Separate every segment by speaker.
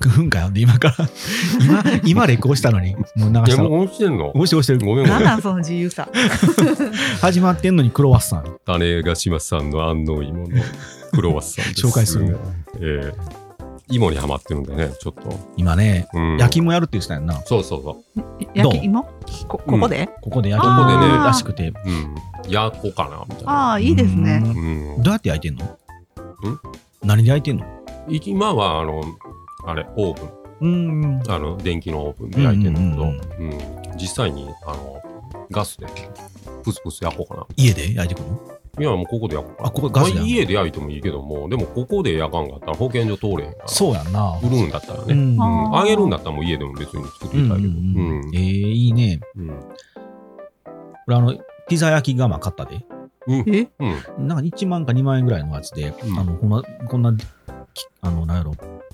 Speaker 1: くんかよって今から今今レコーしたのにもう流
Speaker 2: い
Speaker 1: し
Speaker 2: や、
Speaker 1: た
Speaker 2: も
Speaker 1: の
Speaker 2: う落ちてんの
Speaker 1: 押して押してる
Speaker 2: ごめんご
Speaker 3: なん
Speaker 2: めん。
Speaker 3: なんその自由さ。
Speaker 1: 始まってんのにクロワッサン
Speaker 2: 種ヶ島さんの安納芋のクロワッサンです。
Speaker 1: 紹介する。
Speaker 2: ええ芋にはまってるんでね、ちょっと。
Speaker 1: 今ね
Speaker 2: うん
Speaker 1: 焼き芋やるって言ってたんやんな
Speaker 2: そうそうそ
Speaker 3: 焼き芋こここで、
Speaker 1: ここで焼き芋
Speaker 2: ここでね
Speaker 1: らしくて
Speaker 2: う。うん。やこうかな、みたい
Speaker 3: あ
Speaker 2: な。
Speaker 3: あ、いいですね。
Speaker 2: うん
Speaker 1: どうやって焼いてんの何で焼いてんの
Speaker 2: 今はあのあれオーブン
Speaker 1: うん
Speaker 2: あの電気のオーブンで焼いてるんだけど、
Speaker 1: う
Speaker 2: うんん実際にあのガスでプスプス焼こうかな
Speaker 1: 家で焼いてくる
Speaker 2: 今はもうここで焼こうかな
Speaker 1: あここガスでや
Speaker 2: まあ
Speaker 1: んの
Speaker 2: 家で焼いてもいいけどもでもここで焼かんかったら保健所通れへんから
Speaker 1: そうやんな
Speaker 2: 売るんだったら
Speaker 1: う
Speaker 2: ね、
Speaker 1: ん
Speaker 2: う
Speaker 3: あ
Speaker 2: ん
Speaker 3: ー
Speaker 2: あげるんだったらもう家でも別に作って
Speaker 1: うん
Speaker 2: い
Speaker 1: うん
Speaker 2: ただけ
Speaker 1: う
Speaker 2: ど、
Speaker 1: ん
Speaker 2: うん
Speaker 1: えーいいね
Speaker 2: うん
Speaker 1: 俺あのピザ焼き釜買ったで
Speaker 3: え
Speaker 2: うん
Speaker 1: なんか1万か2万円ぐらいのやつで、
Speaker 2: うん
Speaker 1: あのこんな、こんな、きあの、なんやろ、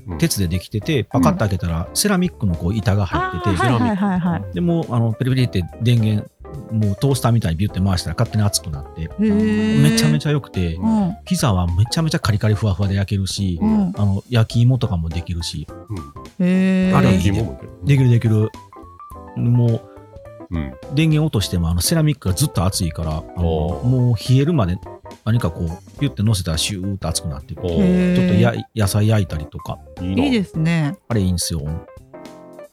Speaker 2: うん
Speaker 1: 鉄でできてて、パカッと開けたら、セラミックのこう板が入って
Speaker 3: あー
Speaker 1: て、
Speaker 3: はいはいはいはい。
Speaker 1: でもうあの、ペリペリって電源、もうトースターみたいにビュって回したら勝手に熱くなって、
Speaker 3: へー
Speaker 1: めちゃめちゃ良くて、
Speaker 3: うん。
Speaker 1: ピザはめちゃめちゃカリカリふわふわで焼けるし、
Speaker 3: うん。
Speaker 1: あの焼き芋とかもできるし、
Speaker 3: へー
Speaker 2: あ
Speaker 1: る
Speaker 2: れ
Speaker 1: 日
Speaker 2: 芋もいける
Speaker 1: できるできる。もう
Speaker 2: うん
Speaker 1: 電源落としてもあのセラミックがずっと熱いから、あの
Speaker 2: おー
Speaker 1: もう冷えるまで何かこう、ピュって乗せたらシューッと熱くなってる。
Speaker 2: お
Speaker 3: へ
Speaker 2: ー
Speaker 3: ー
Speaker 1: ちょっとや野菜焼いたりとか、
Speaker 2: いいない
Speaker 3: いですね。
Speaker 1: あれいいんですよ。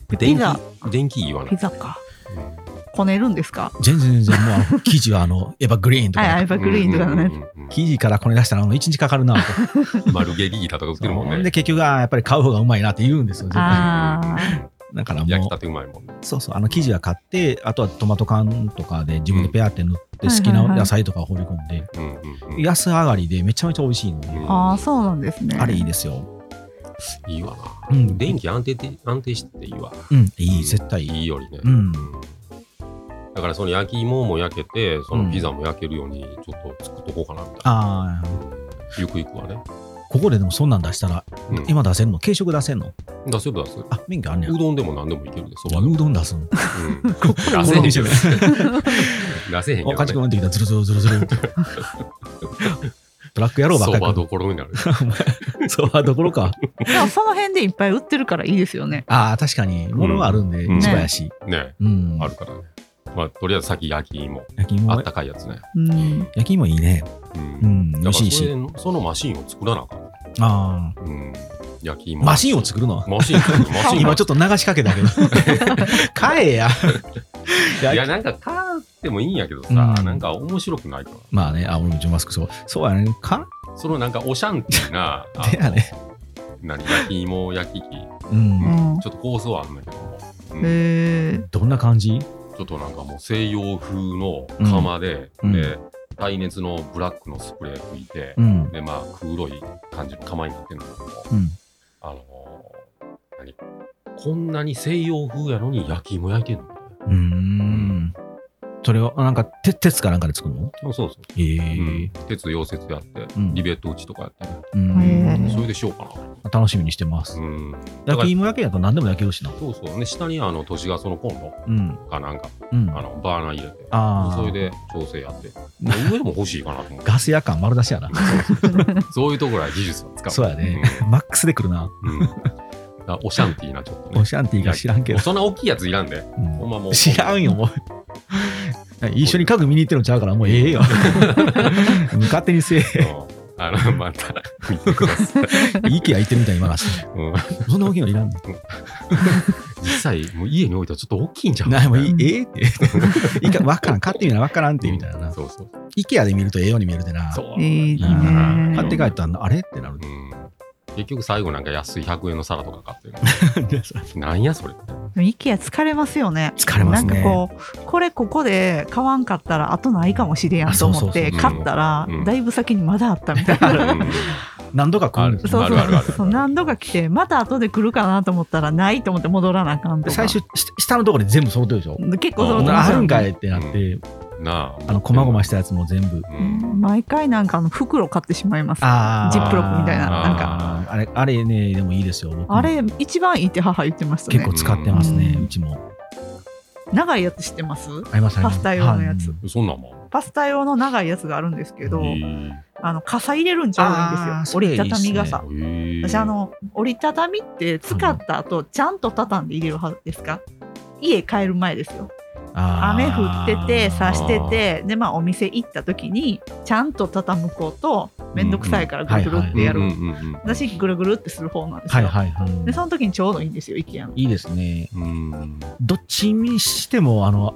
Speaker 2: 電
Speaker 3: ピザ
Speaker 2: 気電気いいわ
Speaker 3: ピ
Speaker 2: ね
Speaker 3: ザか。こねるんですか
Speaker 1: 全然全然、もうあの生地はあの、 エヴァグリーンと
Speaker 3: はい、ア
Speaker 1: か
Speaker 3: イ。バグリーンとかのやつ。
Speaker 2: うんうん
Speaker 1: 生地からこれ出したらあの1日かかるなと。
Speaker 2: うんマルゲリータとか売ってるもんね
Speaker 1: で、結局、あーやっぱり買う方がうまいなって言うんですよ、絶対
Speaker 3: ああ。
Speaker 1: だから
Speaker 2: 焼き
Speaker 1: も
Speaker 2: たてうまいもんね
Speaker 1: う、そうそう、あの生地は買って、あとはトマト缶とかで自分でペアって塗って、
Speaker 3: うん
Speaker 1: 好き
Speaker 3: はいはい
Speaker 1: な
Speaker 3: はい
Speaker 1: 野菜とか放り込んで、
Speaker 2: うんうんうん
Speaker 1: 安上がりでめちゃめちゃ美味しいので、
Speaker 2: うん
Speaker 3: ああ、そうなんですね。
Speaker 1: あれいいですよ。
Speaker 2: いいわ
Speaker 1: う
Speaker 2: な。
Speaker 1: ん
Speaker 2: 電気安定て安定してていいわ。
Speaker 1: うん、いい、絶対いい。
Speaker 2: いいよりね。
Speaker 1: うん
Speaker 2: だからその焼き芋も焼けて、そ
Speaker 1: うん
Speaker 2: のピザも焼けるようにちょっと作っとこうかなみたい
Speaker 1: ああ、
Speaker 2: な。ゆくゆくはね。
Speaker 1: ここででもそんなん出したら、
Speaker 2: うん
Speaker 1: 今出せんの軽食出せんの
Speaker 2: 出せば出せる。
Speaker 1: あ、免許あんねや
Speaker 2: う。どんでも何でもいけるで、そばでも。
Speaker 1: うどん出すの。
Speaker 2: うん 出せへんけどね。出せへん
Speaker 1: お
Speaker 2: けど
Speaker 1: かじく
Speaker 2: ね。
Speaker 1: んってきたズルズルズルズ ルって。ブラック野郎ばっ
Speaker 2: そ
Speaker 1: かり
Speaker 2: ばどころになる。
Speaker 1: そばどころか。
Speaker 3: でもその辺でいっぱい売ってるからいいですよね。
Speaker 1: ああ、確かに、物はあるんで、
Speaker 2: うん
Speaker 1: 一番やし。
Speaker 2: ね
Speaker 1: うん。
Speaker 2: あるからね。まあ、とりあえず先焼き芋。
Speaker 1: 焼き
Speaker 2: あ
Speaker 1: 芋
Speaker 2: っ、たかいやつね。
Speaker 3: うん。
Speaker 1: 焼き芋いいね。
Speaker 2: う。
Speaker 1: うんん、美
Speaker 2: だ
Speaker 1: 味
Speaker 2: か
Speaker 1: しい
Speaker 2: らそ
Speaker 1: し。
Speaker 2: れそのマシンを作らなあかん。
Speaker 1: あ
Speaker 2: うん。焼き
Speaker 1: あ。
Speaker 2: 芋。
Speaker 1: マシンを作るの
Speaker 2: マシン作る。マシン
Speaker 1: 今ちょっと流しかけ たけど。買えや。
Speaker 2: いや、なんか買ってもいいんやけどさ、
Speaker 1: うん
Speaker 2: なんか面白くないか
Speaker 1: まあね、あ、俺もジョマスクそう。そうやね。か
Speaker 2: な。そのなんかおしゃんっていうな、あ
Speaker 1: でやね。
Speaker 2: 何焼き芋焼き器、
Speaker 1: う。
Speaker 2: うんん
Speaker 3: うん
Speaker 2: ちょっと構想はあんだけども、うん
Speaker 3: へえ。
Speaker 1: どんな感じ
Speaker 2: ちょっとなんかもう西洋風の釜で、
Speaker 1: うん
Speaker 2: で耐熱のブラックのスプレー拭いて、
Speaker 1: うん。
Speaker 2: でまあ黒い感じの釜になってるんだけども、
Speaker 1: うん。
Speaker 2: あのー何こんなに西洋風やのに焼き芋焼いてんの
Speaker 1: うーん。それを、なんか、鉄鉄かなんかで作るの
Speaker 2: そうそう、
Speaker 1: え
Speaker 2: うん
Speaker 1: え。
Speaker 2: 鉄溶接やって、
Speaker 1: うん
Speaker 2: リベット打ちとかやってね、
Speaker 1: うん
Speaker 3: へー
Speaker 2: それでしようかな。
Speaker 1: 楽しみにしてます。
Speaker 2: うん、だ
Speaker 1: 焼
Speaker 2: から
Speaker 1: き芋焼けやと何でも焼けるしな。
Speaker 2: そうそうね、下にあの都市ガスのコンロ
Speaker 1: うん。
Speaker 2: かなんか、
Speaker 1: うん。
Speaker 2: あのバーナー入れて、
Speaker 1: あ
Speaker 2: それ
Speaker 1: ー
Speaker 2: で調整やって、上も欲しいかなと 思う。
Speaker 1: ガス夜間丸出しやな。
Speaker 2: そういうところは技術を使う。
Speaker 1: そうやね。マックスで来るな。
Speaker 2: うん。うんあおシャンティーな、ちょっとね。
Speaker 1: オシャンティーが知らんけど
Speaker 2: もう。そんな大きいやついらんで、
Speaker 1: うん
Speaker 2: ほんまもう。
Speaker 1: 知らんよ、もう。一緒に家具見に行ってるのちゃうから、もうええよ。 勝手にせえ。
Speaker 2: うん。あの、また、見てください。
Speaker 1: IKEA 行ってるみたいな今話。
Speaker 2: うん
Speaker 1: そんな大きいのい らんね
Speaker 2: 実際、もう家に置いたらちょっと大きいんじゃ
Speaker 1: ん。
Speaker 2: ん。
Speaker 1: なもうい
Speaker 3: うん
Speaker 1: いええって。 いかわからん。買ってみな、わからんって、みたいな。
Speaker 2: そうそう。
Speaker 1: IKEA で見るとええように見えるでな。
Speaker 2: そう。
Speaker 3: いい
Speaker 1: な
Speaker 3: ね。
Speaker 1: 買って帰ったら、あれってなる。
Speaker 2: うん。結局最後なんか安い100円の皿とか買ってる。
Speaker 1: 疲
Speaker 2: なんやそれ。
Speaker 3: でも IKEA 疲れますよね。
Speaker 1: れま
Speaker 3: な
Speaker 1: す
Speaker 3: んか
Speaker 1: ね。
Speaker 3: こう、これここで買わんかったら、あとないかもしれやんと思っ
Speaker 1: あ
Speaker 2: そ
Speaker 3: て、
Speaker 2: うそうそう
Speaker 3: 買ったら
Speaker 2: うん、
Speaker 3: だいぶ先にまだあった みたいな。
Speaker 1: 何度か来るんですよ
Speaker 3: そう
Speaker 2: あ
Speaker 3: そう
Speaker 2: るあるある
Speaker 3: そう何度か来てまた後で来るかなと思ったらないと思って戻らなあかんとか
Speaker 1: 最初、し下のところで全部揃ってるでしょ。
Speaker 3: 結構そ
Speaker 2: うん
Speaker 3: の
Speaker 1: あるんかいってなって、
Speaker 2: なあ。
Speaker 1: あの、こまごましたやつも全部。
Speaker 2: うん。
Speaker 3: 毎回なんかあの袋買ってしまいます
Speaker 1: あー
Speaker 3: ジップロックみたいななんか
Speaker 1: あーあれ、あれね、でもいいですよ。僕も
Speaker 3: あれ一番いいって母言ってました
Speaker 1: 結
Speaker 3: ね
Speaker 1: 構使ってますね、
Speaker 3: うん
Speaker 1: うちも。
Speaker 3: 長いやつ知ってます
Speaker 1: ありますあります
Speaker 3: パスタ用のやつ
Speaker 1: はい
Speaker 2: そんなんも
Speaker 3: パスタ用の長いやつがあるんですけど
Speaker 2: ん。
Speaker 3: あの傘入れるんちゃうん
Speaker 1: あー
Speaker 3: ですよ
Speaker 1: そ
Speaker 3: 折
Speaker 1: れい
Speaker 3: り
Speaker 1: いっす
Speaker 3: た
Speaker 1: ね
Speaker 3: たみ傘。
Speaker 2: へえ
Speaker 3: 私あの折りたたみって使った後ちゃんと畳んで入れるはずですか家帰る前ですよ雨降ってて差しててでまあお店行った時にちゃんと畳む子と面倒くさいからぐるぐるってやる、
Speaker 2: うんうんうんうん
Speaker 3: 私ぐるぐるってする方なんです
Speaker 1: は
Speaker 3: よ、
Speaker 1: いはいはい。
Speaker 3: でその時にちょうどいいんですよ IKEA の
Speaker 1: いいですね。
Speaker 2: うん
Speaker 1: どっちにしても、あの、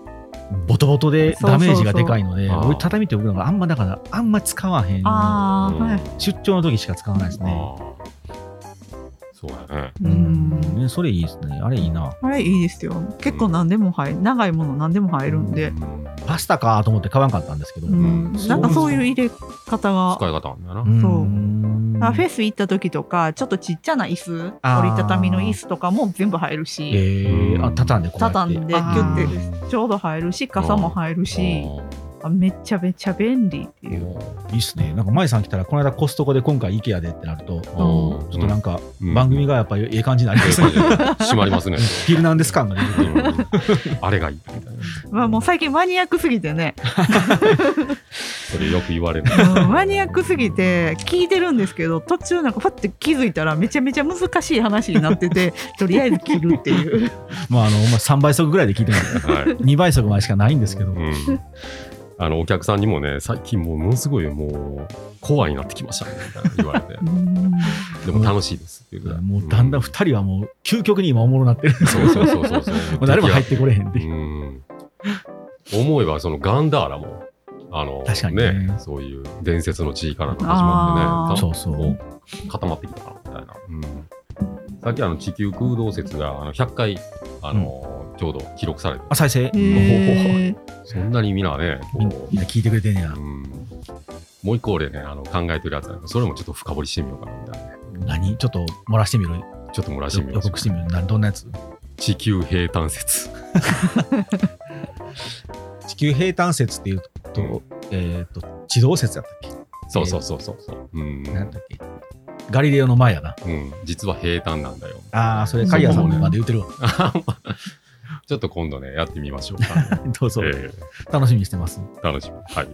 Speaker 1: ボトボトでダメージがでかいので、
Speaker 2: そうそうそう
Speaker 1: 折りたたみって僕なんかあんまだから、あんま使わへん。
Speaker 3: ああ
Speaker 2: うん
Speaker 3: はい
Speaker 1: 出張の時しか使わないですね。
Speaker 2: あーそうやね。
Speaker 3: う
Speaker 1: うん
Speaker 3: ん
Speaker 1: ねそれいいですね。あれいいな。
Speaker 3: あれいいですよ結構何でも入る長いもの何でも入るんで、
Speaker 1: パスタかと思って買わんかったんですけど。
Speaker 3: うん
Speaker 2: うん
Speaker 3: なんかそういう入れ方が
Speaker 2: 使い方あんだな。
Speaker 1: ん
Speaker 3: そうあフ
Speaker 1: へ
Speaker 3: ェス行った時とかちょっとちっちゃな椅子折
Speaker 1: あー
Speaker 3: りたたみの椅子とかも全部入るし、
Speaker 1: えあ、畳んでこうやって。
Speaker 3: 畳んで
Speaker 1: あ
Speaker 3: ギ
Speaker 1: ー
Speaker 3: ュッてちょうど入るし傘も入るしあめちゃめちゃ便利っていう
Speaker 1: いいっすね。なんか、舞さん来たら、この間コストコで今回 IKEA でってなると、ち
Speaker 2: ょ
Speaker 1: ょっとなんか、番
Speaker 2: 番
Speaker 1: 組がやっぱりええ感じになりますね。
Speaker 2: 閉ま りますね。
Speaker 1: ヒルナンデス感が出てくる
Speaker 2: うんあれがいいみたいな。
Speaker 3: まあもう最近マニアックすぎ てね、
Speaker 2: それよく言われる。
Speaker 3: うんマニアックすぎて聞いてるんですけど途中なんかふって気づいたらめちゃめちゃ難しい話になっ ててとりあえず切るっていう
Speaker 1: まああのまあ、3倍速ぐらいで聞いてます
Speaker 2: はい。
Speaker 1: 2倍速までしかないんですけど、
Speaker 2: うんあのお客さんにもね、最近もうものすごいもう、怖いなってきましたね、みたいな言われ て。
Speaker 3: うん
Speaker 2: でも楽しいですっていうぐらい。
Speaker 1: もうだんだん2人はもう究極に今おもろなってる
Speaker 2: そうそうそうそうそう。
Speaker 1: もう誰も入ってこれへんで、
Speaker 2: うん思えばそのガンダーラもあの
Speaker 1: 確かにね
Speaker 2: そういう伝説の地位からの始まってね
Speaker 1: そうそう
Speaker 2: こう固まってきたからみたいな、うんさっきあの地球空洞説があの100回あの、ちょうど記録されて
Speaker 1: あ再生
Speaker 3: へー
Speaker 2: そんなにみんなね
Speaker 1: みん
Speaker 2: こ
Speaker 1: みんな聞いてくれてんねや
Speaker 2: う、うんもう一個俺ねあの考えてるやつなんでそれもちょっと深掘りしてみようかなみたいなね
Speaker 1: 何ちょっと漏らしてみる
Speaker 2: ちょっと漏らしてみよ
Speaker 1: 予
Speaker 2: う
Speaker 1: 告してみる何どんなやつ
Speaker 2: 地球平坦説
Speaker 1: 地球平坦説っていうと、
Speaker 2: うん
Speaker 1: えっ、と地動説やったっ
Speaker 2: そうそうそうそうそう、うん
Speaker 1: け何だっけガリレオの前やな
Speaker 2: うん、実は平坦なんだよ
Speaker 1: ああそれカリアさん
Speaker 2: そうね
Speaker 1: まで言ってるわ
Speaker 2: ちょっと今度ね、やってみましょう か。
Speaker 1: どうぞ、
Speaker 2: え
Speaker 1: 楽しみにしてます
Speaker 2: ー楽しみ。はい。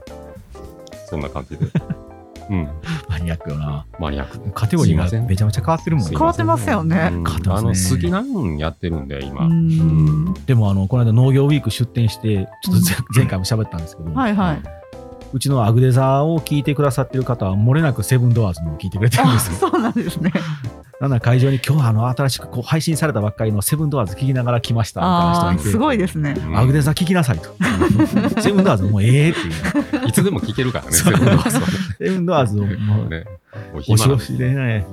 Speaker 2: そんな感じで。うん。
Speaker 1: マニアックよな
Speaker 2: マニアックで。
Speaker 1: カテゴリーが
Speaker 2: すいません
Speaker 1: めちゃめちゃ変わってるもん
Speaker 2: すい
Speaker 1: ね
Speaker 3: 変わってますよね、
Speaker 2: うん
Speaker 1: 買ってま
Speaker 2: あ
Speaker 1: すね
Speaker 2: の、杉なんやってるんで、今。
Speaker 3: う
Speaker 2: うん
Speaker 3: ん
Speaker 1: でもあのこの間農業ウィーク出店してちょっとぜ前回も喋ったんですけど、
Speaker 3: は いはい。
Speaker 1: うちのアグデザーを聞いてくださってる方は漏れなくセブンドアーズも聞いてくれてるん
Speaker 3: あ
Speaker 1: ですよ。
Speaker 3: そうなんですね
Speaker 1: なんなら会場に今日はあの新しくこう配信されたばっかりのセブンドアーズ聞きながら来ましたみたいな人
Speaker 3: あ
Speaker 1: がい
Speaker 3: ー
Speaker 1: て。
Speaker 3: すごいですね
Speaker 2: うん
Speaker 1: アグデザー聞きなさいと。セブンドアーズもうええっていう。
Speaker 2: いつでも聞けるからね、
Speaker 1: そう
Speaker 2: セブンドアーズは
Speaker 1: セブンドアーズをもう
Speaker 2: ね。お
Speaker 1: おし
Speaker 2: 暇な
Speaker 1: お
Speaker 2: ん
Speaker 1: しでね。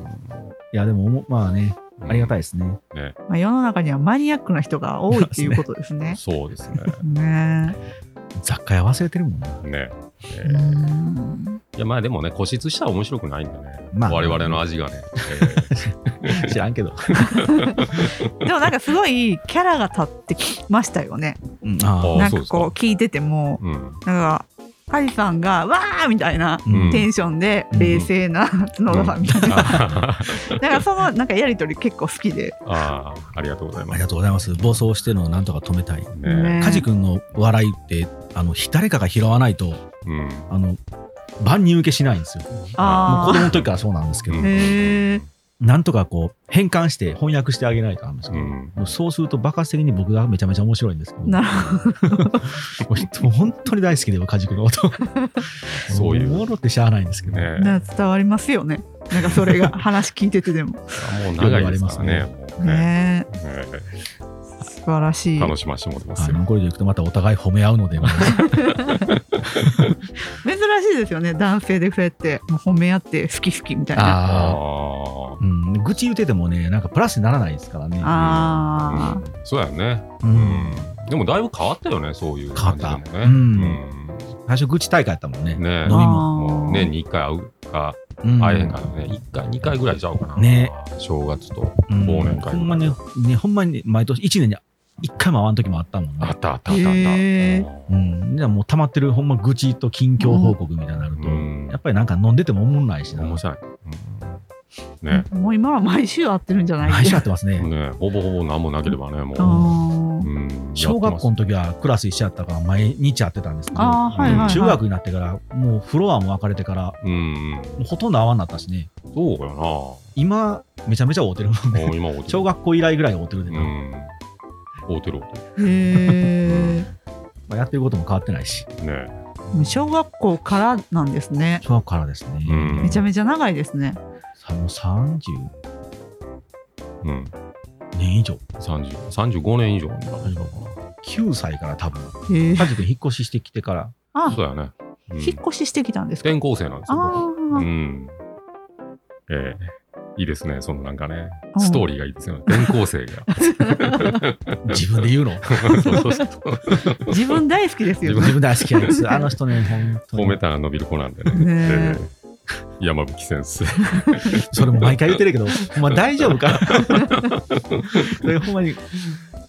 Speaker 1: いやでももうまあね、ありがたいで
Speaker 2: い。
Speaker 1: すね。
Speaker 2: ね。
Speaker 3: まあ世の中にはマニアックな人が多いっていうことですね
Speaker 2: そうですね。
Speaker 3: ね
Speaker 1: 雑貨屋忘れてるもんな。
Speaker 2: ね。え
Speaker 3: う
Speaker 2: ー
Speaker 3: ん
Speaker 2: いや、まあでもね、固執したら面白くないんでね。
Speaker 1: まあ
Speaker 2: 我々の味がね。
Speaker 1: 知らんけど。
Speaker 3: でもなんかすごいキャラが立ってきましたよね
Speaker 1: うんあ
Speaker 2: あ
Speaker 3: なん
Speaker 2: そう
Speaker 3: か
Speaker 2: ですか
Speaker 3: こう聞いてても
Speaker 2: えーうん。
Speaker 3: なんかカリさんが「わー!」みたいな
Speaker 1: ーうん
Speaker 3: テンションで
Speaker 1: うん
Speaker 3: 冷静な角田さんみたいな、
Speaker 2: あ
Speaker 3: なんかそのなんかやり取り結構好きで、
Speaker 2: あー、ありがとうござい
Speaker 1: あ
Speaker 2: ま
Speaker 1: り
Speaker 2: す。
Speaker 1: がとうございます。暴走してるのをなんとか止めたい。
Speaker 2: ね。
Speaker 3: ね
Speaker 1: カジ君の笑いってあの誰かが拾わないと
Speaker 2: うん。
Speaker 1: あの万人受けしないんですよ。もう子
Speaker 3: あ
Speaker 1: 供の時からそうなんですけど
Speaker 2: う、ん
Speaker 3: へえ
Speaker 1: なんとかこう変換して翻訳してあげないとあるんですけ
Speaker 2: う
Speaker 1: ど、
Speaker 2: ん。
Speaker 1: もうそうすると爆発的に僕がめちゃめちゃ面白いんですけど、
Speaker 3: なるほど
Speaker 1: もうひもう本当に大好きで、カジ君の 音。
Speaker 2: そういう
Speaker 1: もおもろってしゃあないんですけど、
Speaker 2: ね
Speaker 3: なんか伝わりますよねなんかそれが話聞いててでも
Speaker 2: もう長いですからね。もうねえ
Speaker 3: ねえ素晴らし
Speaker 2: え
Speaker 3: い
Speaker 2: 楽しましてもらってます
Speaker 1: あ
Speaker 2: よ
Speaker 1: の。これでいくとまたお互い褒め合うので、もう
Speaker 3: 珍しいですよね男性でそうやってもう褒め合って好き好きみたいな
Speaker 1: あ
Speaker 2: あ
Speaker 1: ーうん、愚痴言うててもね、なんかプラスにならないですからね。
Speaker 3: あ
Speaker 2: あ、うんそうやね。
Speaker 1: う
Speaker 2: うんん。でもだいぶ変わったよね、そういう
Speaker 1: 変わ
Speaker 2: 感
Speaker 1: っ
Speaker 2: じ
Speaker 1: た
Speaker 2: でもね。
Speaker 1: 最初愚痴大会やったもんね。
Speaker 2: うんねえ
Speaker 1: 飲みも。
Speaker 2: もう年に1回会うか
Speaker 1: うん
Speaker 2: 会えへんからね、1回、2回ぐらいちゃうかな。
Speaker 1: ね
Speaker 2: 正月と
Speaker 1: うん
Speaker 2: 忘年会
Speaker 1: ほんまね、ねほんまに毎年1年に1回も会わん時もあったもんね
Speaker 2: あ。ったあったあったあった。
Speaker 3: へえ
Speaker 1: うん、じゃあもう溜まってるほんま愚痴と近況報告みたいになると、
Speaker 2: うん
Speaker 1: やっぱりなんか飲んでてもおもんないしな。
Speaker 2: 面白い。うんね
Speaker 3: もう今は毎週会ってるんじゃない
Speaker 1: 毎週やってますね。
Speaker 2: ねほぼほぼ何もなければね、もう。
Speaker 3: あーうん
Speaker 2: うん
Speaker 1: 小学校
Speaker 2: や
Speaker 1: の時はクラス一緒やったから毎日会ってたんですけど、
Speaker 3: あーはいはいはい
Speaker 1: 中学になってからもうフロアも別れてから
Speaker 2: ってますうん
Speaker 1: もうほとんど会わんなったしね
Speaker 2: そうやなも
Speaker 1: 今めちゃめちゃ会うてるもんね
Speaker 2: う今お
Speaker 1: 小学校以来ぐらい会うてるでな、
Speaker 2: うんおてるおて
Speaker 3: へ
Speaker 1: まあ、やってることも変わってないし
Speaker 2: るね
Speaker 3: え小学校からなんですね
Speaker 1: 小学校からですね、
Speaker 2: うん
Speaker 3: めちゃめちゃ長いですね
Speaker 1: さもう30
Speaker 2: うん
Speaker 1: 年以上
Speaker 2: 30 35年以上なんだ
Speaker 1: 大丈夫かな9歳から多分
Speaker 3: へえ
Speaker 1: 家族引っ越ししてきてから
Speaker 3: あ
Speaker 2: そうだよね、うん
Speaker 3: 引っ越ししてきたんですか
Speaker 2: 転校生なんです
Speaker 3: あ
Speaker 2: よ僕う
Speaker 3: ー
Speaker 2: ん。ええいいですね。そのなんかね
Speaker 3: う、ん
Speaker 2: ストーリーがいい ですよね。転校生が。
Speaker 1: 自分で 言うの
Speaker 2: そうそうそう。
Speaker 3: 自分大好きですよ
Speaker 1: 自
Speaker 3: ね
Speaker 1: 分大好きなやつあの人ね本当に
Speaker 2: 褒めたら伸びる子なんでね。
Speaker 3: ね
Speaker 2: ええ山吹先生。
Speaker 1: それも毎回言ってるけど、ほんま大丈夫か それほんまに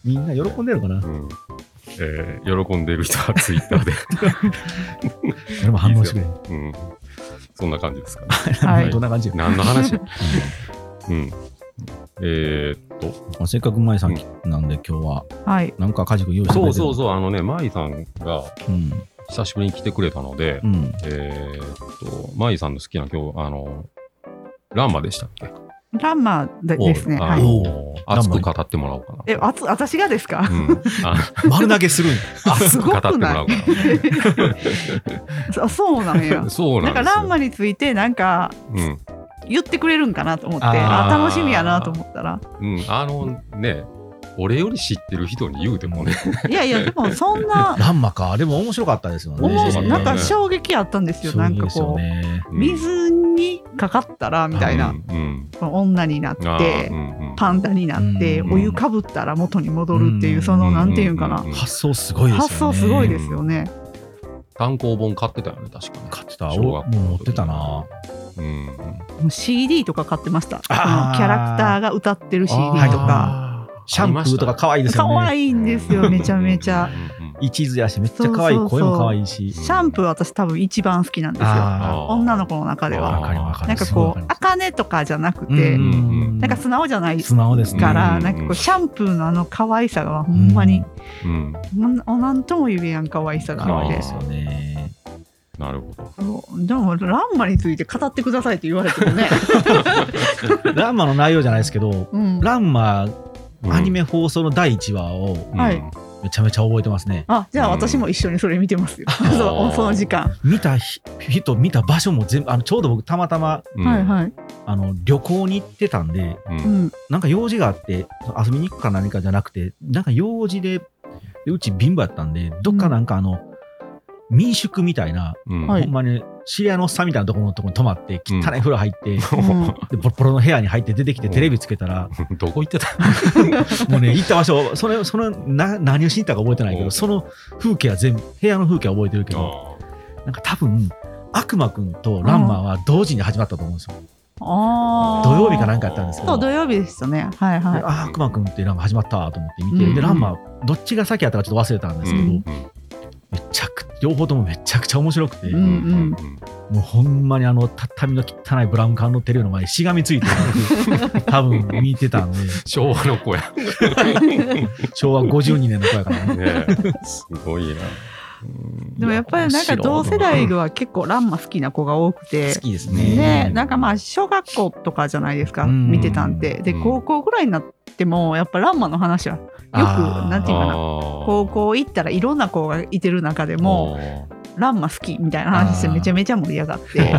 Speaker 1: みんな喜んでるのかな
Speaker 2: うんええ喜んでる人はツイッターで、
Speaker 1: 俺も反応してくれ。
Speaker 2: うん、そんな感じですかね。
Speaker 3: は
Speaker 2: はい
Speaker 3: い
Speaker 1: どんな感じや
Speaker 2: 何の 話うん。えーっと、
Speaker 1: まあせっかく舞さんきなんで今日は、
Speaker 3: はい
Speaker 1: なんか家事用意してく
Speaker 2: そ
Speaker 1: れ
Speaker 2: う
Speaker 1: てる
Speaker 2: そうそう、あのね、舞さんが
Speaker 1: うん。
Speaker 2: 久しぶりに来てくれたので、
Speaker 1: うん。
Speaker 2: えーっと、舞さんの好きな今日、あの、ランマでしたっけ
Speaker 3: ランマで
Speaker 2: を
Speaker 3: ですね
Speaker 2: あ
Speaker 3: はい
Speaker 2: の熱く語ってもらおうか な。
Speaker 3: えあつ私がですか
Speaker 2: うんあ
Speaker 1: 丸投げするんや
Speaker 3: あす ご
Speaker 2: 語って
Speaker 3: く
Speaker 2: もら
Speaker 3: な
Speaker 2: おう
Speaker 3: い
Speaker 2: か
Speaker 3: あそうなんや
Speaker 2: な。そうな
Speaker 3: なん
Speaker 2: で
Speaker 3: んか
Speaker 2: すよ。
Speaker 3: ランマについてなんか
Speaker 2: うん
Speaker 3: 言ってくれるんかなと思ってあ
Speaker 1: あ
Speaker 2: ー
Speaker 3: 楽しみやなと思ったら
Speaker 2: うん、あのね、俺より知ってる人に言うてもね、
Speaker 3: いやいやでもそんな
Speaker 1: ランマか。でも面白かったですよね。
Speaker 3: おもし
Speaker 2: 白
Speaker 3: なん
Speaker 2: た
Speaker 3: か
Speaker 2: ね
Speaker 3: 衝撃あったんですよなんか
Speaker 1: そう
Speaker 3: こ
Speaker 1: で
Speaker 3: う
Speaker 1: すよね。
Speaker 2: うん
Speaker 3: 水にかかったらみたいな
Speaker 2: うんうん
Speaker 3: この女になっ
Speaker 2: あーう
Speaker 3: て
Speaker 2: んうん
Speaker 3: パンダになって
Speaker 1: うん
Speaker 3: お湯かぶったら元に戻るっていううんそのなんていうんか
Speaker 2: う
Speaker 3: なん
Speaker 1: 発想すごいですよね。
Speaker 3: 発想すごいですよね
Speaker 2: 単行本買ってたよね、確かに。
Speaker 1: 買ってた。
Speaker 2: 小
Speaker 1: おも
Speaker 2: 学
Speaker 1: う
Speaker 2: 校の時
Speaker 1: 持ってたな。
Speaker 2: うん。
Speaker 3: もう CD とか買ってましたその
Speaker 1: あー
Speaker 3: キャラクターが歌ってる CD と
Speaker 1: はい
Speaker 3: か
Speaker 2: あ
Speaker 1: シャンプーとか可愛いですよ
Speaker 3: 可
Speaker 1: ね。
Speaker 3: 愛いんですよめちゃめち
Speaker 2: う
Speaker 3: ゃ。
Speaker 2: んうんうん
Speaker 1: 一途やし、めっちゃ可愛い。
Speaker 3: そうそうそう
Speaker 1: 声も可愛いし。
Speaker 3: シャンプー私多分一番好きなんですよ
Speaker 1: あ
Speaker 2: あー
Speaker 3: 女の子の中で
Speaker 1: あ。
Speaker 3: は
Speaker 1: わかります
Speaker 3: なんかこう、あかねとかじゃなくて、
Speaker 2: ん
Speaker 3: なんか素直じゃない
Speaker 1: 素直ですね
Speaker 3: か
Speaker 2: うん
Speaker 3: ら、なんかこう、シャンプーのあの可愛さが、ほんまに、
Speaker 2: うん
Speaker 3: なんおなんとも言えやん可愛さが
Speaker 1: 可
Speaker 3: あ
Speaker 1: 愛い
Speaker 3: っ
Speaker 1: で
Speaker 3: て
Speaker 1: すよね。
Speaker 2: なるほど。
Speaker 3: そうでも、ランマについて語ってくださいって言われ てもね。
Speaker 1: ランマの内容じゃないですけど、
Speaker 3: うん、
Speaker 1: ランマ
Speaker 2: うん
Speaker 1: アニメ放送の第1話を
Speaker 2: うん
Speaker 3: はい
Speaker 1: めちゃめちゃ覚えてますね。
Speaker 3: あ、じゃあ私も一緒にそれ見てますよ。そうその時間。
Speaker 1: 見たひ人、見た場所も全部、あのちょうど僕たまたま
Speaker 2: うん
Speaker 3: はいはい。
Speaker 1: あの旅行に行ってたんで、
Speaker 2: う
Speaker 3: うん ん。
Speaker 1: なんか用事があって、遊びに行くか何かじゃなくて、なんか用事で、でうち貧乏やったんで、どっかなんかあの、民宿みたいな、
Speaker 2: うん
Speaker 3: はい
Speaker 1: ほんまに知り合いのおっさんみたいなところのところに泊まって、
Speaker 2: うん
Speaker 1: 汚い風呂入って、
Speaker 3: うん
Speaker 1: でボロボロの部屋に入って出てきて
Speaker 2: うん
Speaker 1: テレビつけたら、
Speaker 2: どこ行ってた
Speaker 1: もうね、行った場所、それ、その、な、何をしに行ったか覚えてないけ
Speaker 2: う
Speaker 1: ど、
Speaker 2: ん
Speaker 1: その風景は全部、部屋の風景は覚えてるけど、
Speaker 2: あー
Speaker 1: なんか多分、悪魔くんとランマーは同時に始まったと思うんですよ。
Speaker 3: あ
Speaker 1: 土曜日かなんかやったんですけど、
Speaker 3: そう、
Speaker 1: で
Speaker 3: 土曜日でしたね。はいはい。
Speaker 1: あー悪魔くんってなんか始まったと思って見て、
Speaker 3: うん
Speaker 1: で、ランマー、どっちが先やったかちょっと忘れたんですけど、
Speaker 3: うん
Speaker 1: めちゃく、両方ともめちゃくちゃ面白くて、
Speaker 3: うんうん
Speaker 1: もうほんまにあの、畳の汚いブラウン管のテレビの前にしがみ ついて、多分見てたんで、
Speaker 2: 昭和の子や。
Speaker 1: 昭和52年の子やからね。
Speaker 2: ねえすごいな。うん
Speaker 3: でもやっぱりなんか同世代は結構ランマ好きな子が多くて。
Speaker 1: 好きです
Speaker 2: うん
Speaker 1: ね。
Speaker 3: ね、なんかまあ小学校とかじゃないですか、
Speaker 1: うん
Speaker 3: 見てたんでで
Speaker 2: うん
Speaker 3: 高校ぐらいになってもやっぱランマの話はよく
Speaker 1: あー
Speaker 3: なんていうかな高
Speaker 2: 高
Speaker 3: 校行ったらいろんな子がいてる中でもランマ好きみたいな話して
Speaker 1: あー
Speaker 3: めちゃめちゃ盛り上がって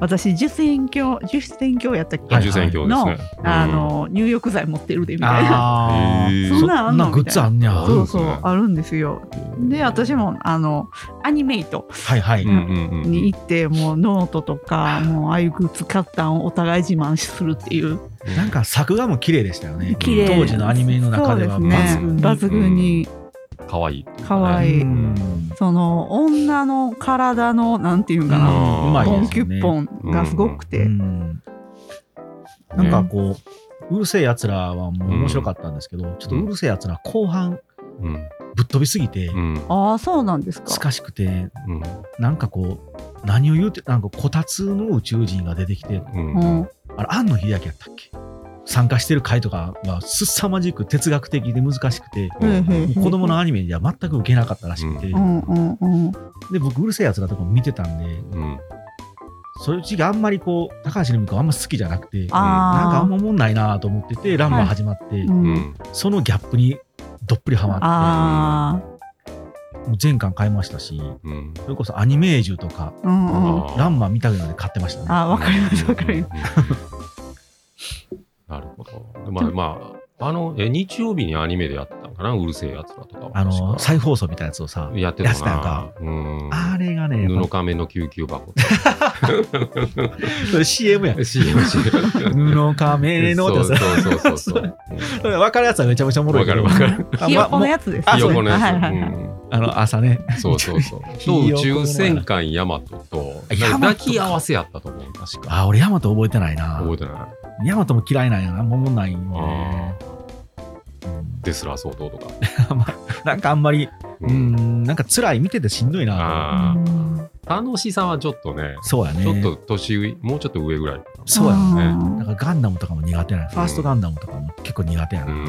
Speaker 3: 私受選教受選教やったっけ、
Speaker 1: はい
Speaker 2: 受選教ですね。
Speaker 3: あの入浴剤持ってるでみたいな
Speaker 1: あ
Speaker 2: へ
Speaker 1: ー
Speaker 2: ー
Speaker 1: そんなんなグッズあんねや。
Speaker 2: そ
Speaker 3: そ
Speaker 1: は
Speaker 3: うそうあるんですよで私もあのアニメイト
Speaker 1: いはい。
Speaker 2: うんうんうんうん
Speaker 3: に行ってもうノートとかもうああいうグッズ買ったんをお互い自慢するっていう
Speaker 1: なんか作画も綺麗でしたよね。
Speaker 3: 綺麗
Speaker 1: 当時のアニメの中では
Speaker 3: そうですね
Speaker 1: 抜
Speaker 3: 抜群に
Speaker 2: 可愛い。
Speaker 3: 可
Speaker 1: う
Speaker 3: 愛い
Speaker 1: ん
Speaker 3: その女の体のなんていうんか
Speaker 2: う
Speaker 3: な、
Speaker 2: ん
Speaker 1: うま
Speaker 3: ポ
Speaker 1: い
Speaker 3: ン
Speaker 1: です
Speaker 3: キュ
Speaker 1: よ
Speaker 3: ッ
Speaker 1: ね。
Speaker 3: ポンがすごくて、
Speaker 1: うんなんかこう、うるせえやつらはもう面白かったんですけど、ちょっとうるせえやつら後半
Speaker 2: うん
Speaker 1: ぶっ飛びすぎて
Speaker 2: う、ん
Speaker 3: ああそうなんです
Speaker 1: す
Speaker 3: か
Speaker 1: かしくて、
Speaker 2: うん
Speaker 1: なんかこう、何を言うて、なんかこたつの宇宙人が出てきて、
Speaker 2: うん
Speaker 3: うん、
Speaker 1: あれ、庵野秀明やったっけ参加してる回とかはすさまじく哲学的で難しくて、
Speaker 2: うんうん
Speaker 1: もう子供のアニメでは全く受けなかったらしくて、
Speaker 3: うんうんうん。
Speaker 1: で僕うるせえやつらとかも見てたんで
Speaker 2: うん
Speaker 1: そういう時期あんまりこう高橋留美子あんま好きじゃなくてなんかあ
Speaker 3: あ
Speaker 1: んまおもんないなと思ってて「ランマ始まって、
Speaker 3: ーう
Speaker 2: うんん
Speaker 1: そのギャップにどっぷりハマっ
Speaker 3: あ
Speaker 1: てもう全巻買いましたし
Speaker 2: うん
Speaker 1: それこそアニメージュとか
Speaker 3: ー。うんう
Speaker 1: 「
Speaker 3: ん。
Speaker 1: ランマ見たくなって買ってましたね。
Speaker 3: あーわかりますわかります。
Speaker 2: なるほど。でまあ、まあ、あの、え、日曜日にアニメでやったんかな、うるせえやつらとかは。
Speaker 1: あの
Speaker 2: 確か
Speaker 1: 再放送みたいなやつをさ
Speaker 2: やってた
Speaker 1: やってたやんか
Speaker 2: かな。うん。
Speaker 1: あれがねやっ
Speaker 2: 布仮面の救急箱。
Speaker 1: ぱそれ CM やん
Speaker 2: CM
Speaker 1: 布亀のってやつ
Speaker 2: そうそうそう そう。うん
Speaker 1: 分かるやつはめちゃめちゃおもろい
Speaker 2: わ
Speaker 1: け
Speaker 2: か
Speaker 1: ど
Speaker 2: るわかる。
Speaker 1: あ
Speaker 3: ひよ
Speaker 1: ま
Speaker 3: このやつですね。
Speaker 1: あ
Speaker 2: ひよこのやつ。
Speaker 3: はいはいうはい
Speaker 2: ん
Speaker 1: あの朝ね
Speaker 2: そうそうそう。
Speaker 1: ひよこの
Speaker 2: と宇宙戦艦ヤマトと
Speaker 1: あヤマトか
Speaker 2: 抱き合わせやったと思う。確か。
Speaker 1: あ俺ヤマト覚えてないな
Speaker 2: 覚えてない。
Speaker 1: ヤマトも嫌いなんやなももんないんよ
Speaker 2: あ
Speaker 1: ね
Speaker 2: あ。デスラー相当とか。
Speaker 1: なんかあんまりう
Speaker 2: うん
Speaker 1: んなんか辛い見ててしんどいな
Speaker 2: あ
Speaker 3: う
Speaker 2: ー
Speaker 3: ん
Speaker 2: 楽しさはちょっとね、
Speaker 1: そうやね
Speaker 2: ちょっと年上、もうちょっと上ぐらい。
Speaker 1: そうやね
Speaker 3: うん
Speaker 1: なんかガンダムとかも苦手なのファーストガンダムとかも結構苦手や
Speaker 2: うー
Speaker 1: な、
Speaker 2: ん。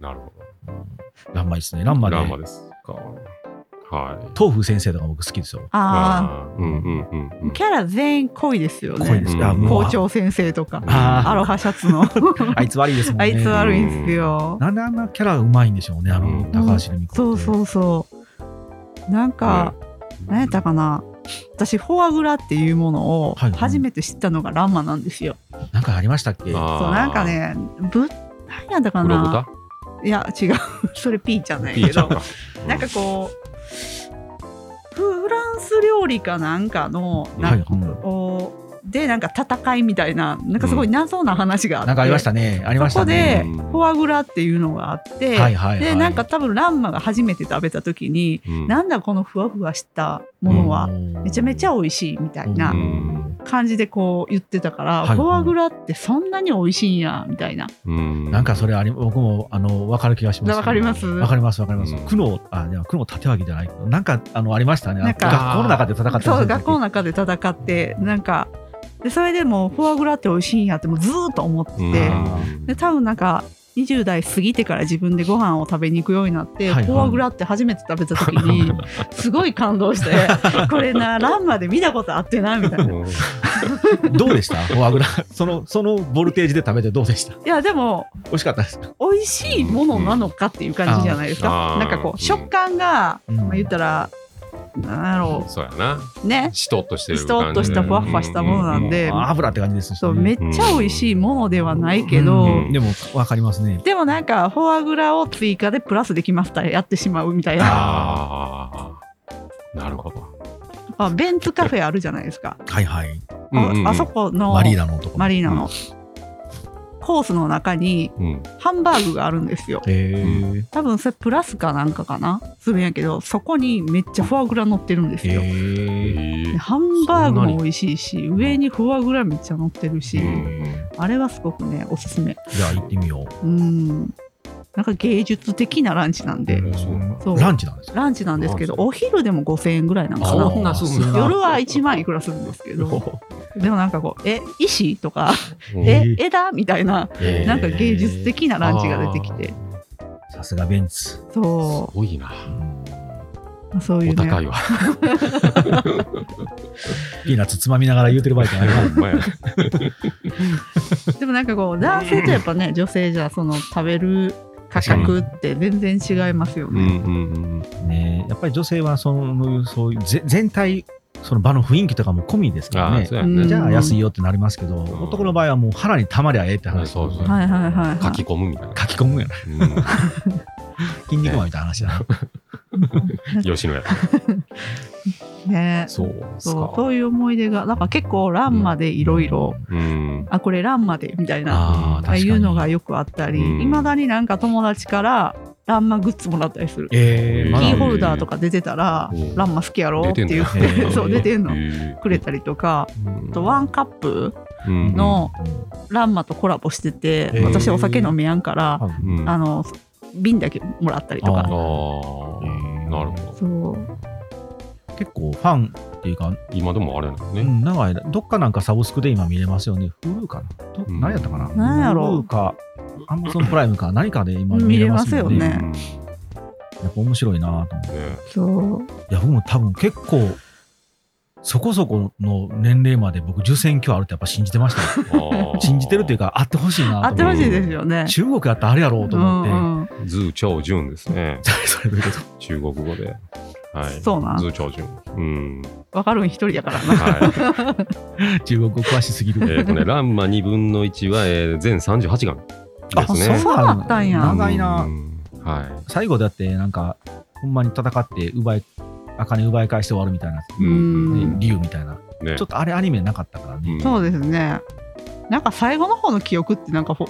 Speaker 2: なるほど。
Speaker 1: ランマいいっすねランマで
Speaker 2: ラーマですか。はい。
Speaker 1: 東風先生とか僕好きですよ
Speaker 3: あ
Speaker 2: あー、うんうんうんう
Speaker 3: あ。
Speaker 2: ん。
Speaker 3: キャラ全員濃いですよ
Speaker 1: 濃い
Speaker 3: ね
Speaker 1: で。す
Speaker 2: うん
Speaker 1: あもう
Speaker 3: 校長先生とか。
Speaker 1: あー
Speaker 3: アロハシャツ の。
Speaker 1: あいつ悪いですもん
Speaker 3: あ
Speaker 1: ね
Speaker 3: いつ悪いんですよ。
Speaker 1: なんであんなキャラがうまいんでしょうねあ
Speaker 2: う
Speaker 1: の
Speaker 2: ん
Speaker 1: 高橋留美子って、
Speaker 3: そうそうそう。なんか、何やったかな。私フォアグラっていうものを
Speaker 1: はいはい
Speaker 3: 初めて知ったのがランマなんですよ。
Speaker 1: なんかありましたっけ
Speaker 2: あー
Speaker 3: そうなんか、ね、ぶ、何やったか
Speaker 2: 黒
Speaker 3: な。
Speaker 2: 豚
Speaker 3: いや違う、 それピーちゃんなん
Speaker 2: ピー
Speaker 3: やけ
Speaker 2: ちゃん
Speaker 3: ど。
Speaker 2: か。
Speaker 3: なんかこうフランス料理かなんかのな
Speaker 1: は
Speaker 3: ん
Speaker 1: い
Speaker 3: か、
Speaker 1: うん
Speaker 3: こうでなんか戦いみたいななんかすごい謎な話があって、
Speaker 1: なんかありましたね。ありまし
Speaker 3: そ
Speaker 1: た
Speaker 3: こで
Speaker 1: ね。
Speaker 2: うん
Speaker 3: フォアグラっていうのがあって、
Speaker 1: はいはいはい。
Speaker 3: でなんか多分ランマが初めて食べた時に、
Speaker 2: うん、
Speaker 3: なんだこのふわふわしたものは、
Speaker 1: うん
Speaker 3: めちゃめちゃ美味しいみたいな
Speaker 2: うん
Speaker 3: 感じでこう言ってたから、
Speaker 1: はいはい
Speaker 3: フォアグラってそんなに美味しいんやみたいな、
Speaker 2: うん
Speaker 1: なんかそれあり僕もあの分かる気がします。
Speaker 3: わかります
Speaker 1: わかりますわかります
Speaker 2: うん。
Speaker 1: 苦悩あいや苦悩縦割りじゃないけどなんかあのありましたね。
Speaker 3: なんか
Speaker 1: 学校の中で戦って
Speaker 3: そう学校の
Speaker 1: の
Speaker 3: 中で戦ってなんかでそれでもフォアグラって美味しいんやってもうずーっと思ってて、
Speaker 2: うん
Speaker 3: で多分なんか20代過ぎてから自分でご飯を食べに行くようになって、
Speaker 1: はいはい
Speaker 3: フォアグラって初めて食べた時にすごい感動してこれなランマで見たことあってなみたいな。
Speaker 2: うん
Speaker 1: どうで した？フォアグラそのそのボルテージで食べてどうでした？
Speaker 3: いやでも
Speaker 1: 美味しかったですか？
Speaker 3: 美味しいものなのかっていう感じじゃないです
Speaker 2: うん
Speaker 3: か
Speaker 2: あ。ー
Speaker 3: なんかこ
Speaker 2: うん
Speaker 3: う食感が、
Speaker 1: うん
Speaker 3: まあ、言ったらなんだろ
Speaker 2: そうやな。
Speaker 3: うね
Speaker 2: しとっとしてる感じ
Speaker 3: し
Speaker 2: で。
Speaker 3: とっとしたふわっわしたものなんで、
Speaker 1: あ油って感じですね。
Speaker 3: そうめっちゃ美味しいものではないけど、
Speaker 1: うんでもわかりますね。
Speaker 3: でもなんかフォアグラを追加でプラスできますからやってしまうみたいな。
Speaker 2: ああ。なるほど。
Speaker 3: あベンツカフェあるじゃないですか、
Speaker 1: はいはい。
Speaker 2: うんうんうん
Speaker 3: ああそ。この
Speaker 1: マリーナのとこ。
Speaker 3: マリーナの、コースの中に
Speaker 2: うん。
Speaker 3: ハンバーグがあるんですよ
Speaker 1: へー
Speaker 3: 多分それプラスかなんかかなするんやけどそこにめっちゃフォアグラ乗ってるんですよ、
Speaker 2: え
Speaker 1: へー
Speaker 3: で
Speaker 2: ー
Speaker 3: ハンバーグも美味しいし上にフォアグラめっちゃ乗ってるし、
Speaker 2: うん
Speaker 3: あれはすごくねおすすめ
Speaker 1: じゃあ行ってみよう。
Speaker 3: うんなんか芸術的なランチなんで、
Speaker 2: ん
Speaker 3: そう
Speaker 1: ランチなんですか？
Speaker 3: ランチなんですけど
Speaker 2: ランチ
Speaker 3: お昼でも5000円ぐらいなんかな
Speaker 2: そんなすんの
Speaker 3: 夜は1万いくらするんですけどでもなんかこうえ石とか
Speaker 2: うん
Speaker 1: え
Speaker 3: え枝みたいな
Speaker 2: えー
Speaker 3: なんか芸術的なランチが出てきて、
Speaker 1: さすがベンツ。
Speaker 2: あー
Speaker 3: そ
Speaker 2: すごいな。
Speaker 3: うそうい
Speaker 2: お
Speaker 3: うね
Speaker 2: 高いわ。
Speaker 1: ピーナッツつまみながら言うてる場合じゃないわ。
Speaker 2: ほんまや
Speaker 3: でもなんかこう男性とやっぱね女性じゃその食べる価格って全然違いますよ
Speaker 2: うん
Speaker 3: ね。
Speaker 2: うんうん。
Speaker 1: ねえ、やっぱり女性はそのそういうぜ全体その場の雰囲気とかも込みですから
Speaker 2: ああ、
Speaker 1: ね
Speaker 2: そうやね。
Speaker 3: うん
Speaker 1: じゃあ安いよってなりますけど、男の場合はもう腹にたまりゃええって話、
Speaker 2: そうそう
Speaker 3: はいはいはいはい
Speaker 2: 書き込むみたいな。
Speaker 1: 書き込むやな
Speaker 2: う
Speaker 1: 筋肉マンみたいな話だな、
Speaker 2: ん吉野家。
Speaker 3: ね
Speaker 2: そうです
Speaker 3: そう
Speaker 2: か。
Speaker 3: そういう思い出がだから結構ランマでいろいろ
Speaker 2: うん。
Speaker 3: あこれランマでみたいな
Speaker 1: ああ確
Speaker 3: あ
Speaker 1: かに
Speaker 3: いうのがよくあったり
Speaker 2: うん
Speaker 3: いまだになんか友達からランマグッズもらったりする。
Speaker 1: え
Speaker 2: ー
Speaker 3: キ
Speaker 1: まだ
Speaker 3: ーホルダーとか出てたら
Speaker 2: うん
Speaker 3: ランマ好きやろって言っ
Speaker 1: 出てんの
Speaker 3: て そう出てんの
Speaker 2: えー
Speaker 3: くれたりとかあとワンカップ
Speaker 2: うん
Speaker 3: のランマとコラボしてて、
Speaker 1: うん
Speaker 3: 私お酒飲めやんから、
Speaker 2: うんうん
Speaker 3: あ
Speaker 2: あ
Speaker 3: の瓶だけもらったりと
Speaker 1: あ
Speaker 3: か
Speaker 2: ーなるほど。
Speaker 3: そう
Speaker 1: 結構ファンっていうか、
Speaker 2: 今でもあれなんです
Speaker 1: う
Speaker 2: ね。
Speaker 1: ん、長い間、どっかなんかサブスクで今見れますよね。Hulu かなど
Speaker 2: うん
Speaker 1: 何やったかな
Speaker 3: 何やろ
Speaker 1: ?Hulu か、Amazon プライムか何かで今
Speaker 3: うん
Speaker 1: 見れますよね。
Speaker 3: 見れますよね
Speaker 2: うんね
Speaker 1: やっぱ面白いなと思って。
Speaker 3: そ
Speaker 1: い
Speaker 3: う
Speaker 1: や、僕も多分結構、そこそこの年齢まで僕受選挙あるってやっぱ信じてま したよ。信じてるという
Speaker 2: か。
Speaker 1: か、あってほしいな
Speaker 3: あ
Speaker 1: と
Speaker 3: って
Speaker 1: 思
Speaker 3: ほ
Speaker 1: っ
Speaker 3: しい
Speaker 1: て。
Speaker 3: ですよね。
Speaker 1: 中国やったらあれやろうと思って。
Speaker 3: うんうん
Speaker 2: ズー・チャオ・ジュンですね。
Speaker 1: それどういうこと
Speaker 2: 中国語で。はい。
Speaker 3: そうなん
Speaker 2: ズー・チャオ・ジュン。うん。
Speaker 3: わかるん一人だからな。
Speaker 2: はい。
Speaker 1: 中国語詳しすぎ
Speaker 2: え
Speaker 1: る。
Speaker 2: っとね、 ランマ2分の1は、えー全38巻ですね。
Speaker 3: そうだったんや
Speaker 1: 長いな。
Speaker 2: うんは
Speaker 1: 最後だって、なんか、ほんまに戦って、奪い、茜奪い返して終わるみたいな、
Speaker 2: い。
Speaker 3: う
Speaker 1: ね
Speaker 3: ん
Speaker 1: 竜みたいな。
Speaker 2: い。ね
Speaker 1: ちょっとあれアニメなかったからね。
Speaker 2: ん
Speaker 3: そうですね。なんか最後の方の記憶ってなんかほ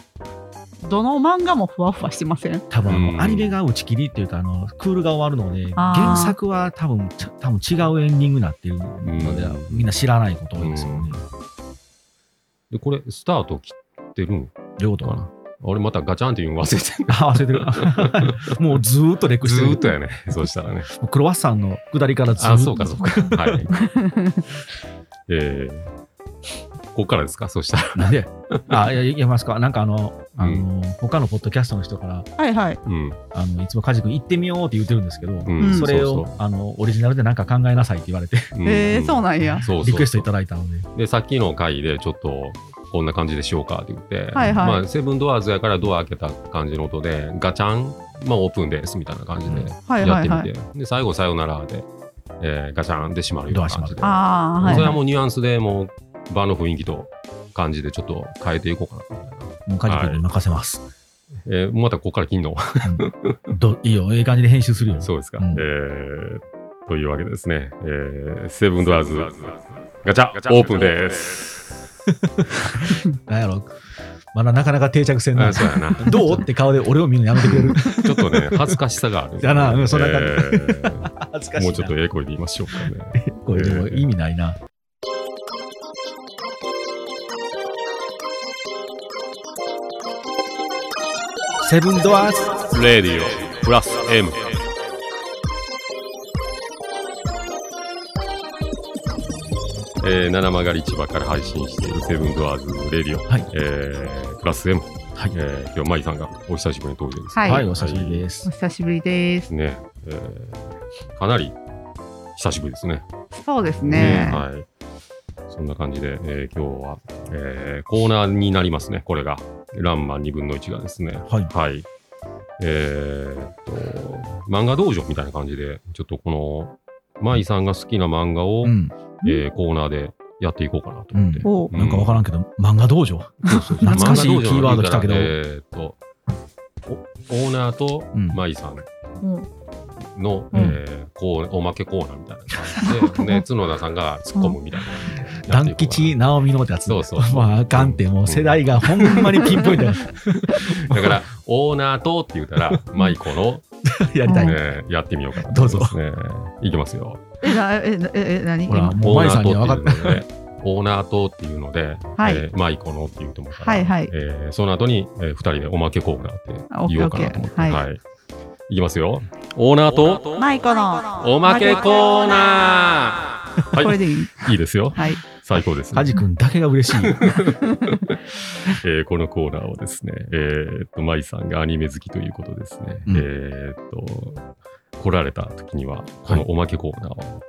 Speaker 3: どの漫画もふわふわしてません
Speaker 1: 多分あ
Speaker 2: う
Speaker 1: の、
Speaker 2: ん
Speaker 1: アニメが打ち切りっていうか、あの、クールが終わるので、
Speaker 3: あー
Speaker 1: 原作は多分、ちゃ多分違うエンディングになってるので
Speaker 2: うん、
Speaker 1: みんな知らないこと多いですよ
Speaker 2: うん
Speaker 1: ね。
Speaker 2: で、これ、スタート切ってるん
Speaker 1: 両方
Speaker 2: か
Speaker 1: か
Speaker 2: な
Speaker 1: な。。
Speaker 2: 俺またガチャンって言うの忘れてる。
Speaker 1: あ、忘れてる。もうずーっとレクして
Speaker 2: ず
Speaker 1: る。
Speaker 2: ーっと やね。そうしたらね。
Speaker 1: もうクロワッサンの下りからずーっと。
Speaker 2: あ、そうか、そうか。はい。えー、ここからですかそうしたら。
Speaker 1: なんであ、いや、いやますか。なんかあの、
Speaker 2: うん
Speaker 1: あの、他のポッドキャストの人から、
Speaker 3: はいはい。
Speaker 2: うん。
Speaker 1: あの、いつもカジ君行ってみようって言ってるんですけど、
Speaker 2: うん。
Speaker 1: それを
Speaker 2: う
Speaker 1: あの、オリジナルでなんか考えなさいって言われて、
Speaker 2: そう。
Speaker 3: えー、そうなんや。
Speaker 2: そうそう
Speaker 1: リクエストいただいたので。
Speaker 2: で、さっきの回でちょっと、こんな感じでしようかって言って、
Speaker 3: はいはい
Speaker 2: まあ、セブンドアーズやからドア開けた感じの音で、ガチャン、まあ、オープンですみたいな感じで
Speaker 3: はい
Speaker 2: やっ
Speaker 3: は
Speaker 2: てみて、
Speaker 3: いはい。
Speaker 2: で、最後、さよならで、えーガチャンで閉まるような感じで。
Speaker 3: ああ、はい、
Speaker 2: それ
Speaker 3: は。
Speaker 2: はいもうニュアンスでもう、場の雰囲気と感じでちょっと変えていこうかなみたいな。
Speaker 1: もうカジ君に任せます。
Speaker 2: えーまたここから切んの
Speaker 1: うんどいいよ、ええ感じで編集するよ。
Speaker 2: そうですか。
Speaker 1: うん
Speaker 2: えーというわけでですね、えーセブンドアーズ、ガチャ、オープンです。
Speaker 1: なんやろ。まだなかなか定着せんな
Speaker 2: あ。そうやな。
Speaker 1: どうって顔で俺を見るのやめてくれ る。
Speaker 2: ちょっとね、 恥ずかしさがある。
Speaker 1: だなうんそんな感じ
Speaker 2: え
Speaker 1: 恥ず
Speaker 2: ー
Speaker 1: かしいな。
Speaker 2: もうちょっとええ声で言いましょうかね。
Speaker 1: これでも意味ないな。セブンドアーズ
Speaker 2: レディオプラス M。えー、七曲り市場から配信しているセブンドアーズレディオ、
Speaker 1: はい
Speaker 2: えープラス M、
Speaker 1: はい
Speaker 2: えー今日はマイさんがお久しぶりに登場です、
Speaker 3: はい
Speaker 1: はい、お久しぶりです
Speaker 3: お。久しぶりです。
Speaker 2: ね、えーかなり久しぶりですね。
Speaker 3: そうですね。
Speaker 2: はい。そんな感じで、えー今日は、えーコーナーになりますね、これが。ランマン2分の1がですね。
Speaker 1: はい。
Speaker 2: はい。えーっと、漫画道場みたいな感じで、ちょっとこの、舞さんが好きな漫画を、
Speaker 1: うん。
Speaker 2: えーコーナーでやっていこうかなと思って。
Speaker 1: うん
Speaker 3: おう
Speaker 1: なんかわからんけど、漫画道場。懐かしいキーワード来たけど
Speaker 2: 漫画道場の言うたらえーっと、おオーナーと
Speaker 1: うん
Speaker 2: 舞さん
Speaker 3: うん
Speaker 2: の、
Speaker 3: うん
Speaker 2: えーこうおまけコーナーみたいな 感じで、ね、角田さんが突っ込むみたいな感じでや
Speaker 1: 団
Speaker 2: っていこう
Speaker 1: 吉直美のやつ。
Speaker 2: そうそうそう
Speaker 1: まあ、あかんって、もう世代がほんまにピンポイントや
Speaker 2: かなだから、オーナーとって言った ら、マイコの、
Speaker 1: やりた
Speaker 3: うん
Speaker 1: い。
Speaker 2: ね、やってみようかな
Speaker 1: どうぞ
Speaker 2: と思いますね。いきますよ。
Speaker 3: え、な、え、なえ、え、何
Speaker 1: ほら、
Speaker 3: 今
Speaker 1: もう
Speaker 2: オ
Speaker 1: 舞
Speaker 2: ーナ
Speaker 1: さ
Speaker 2: ー
Speaker 1: んには分か
Speaker 2: と
Speaker 1: っ
Speaker 2: っていうので、オーナーとっていうの で、
Speaker 3: はい
Speaker 2: えーマイコのっていうと思うから、
Speaker 3: はいはい
Speaker 2: えーその後に、えー、2人でおまけコーナーって言おうかなと思って。
Speaker 3: オッケーオッケーはい
Speaker 2: い。いきますよ。オーナーと
Speaker 3: マイコの
Speaker 2: おまけコーナー
Speaker 3: こ
Speaker 2: は
Speaker 3: れでいい。
Speaker 2: い、いいですよ。
Speaker 3: はい。
Speaker 2: 最高です、
Speaker 1: た。はじくんだけが嬉しい。
Speaker 2: えーこのコーナーはですね、えーっと、舞さんがアニメ好きということですね、
Speaker 1: うん
Speaker 2: えーっと、来られた時には、このおまけコーナーを、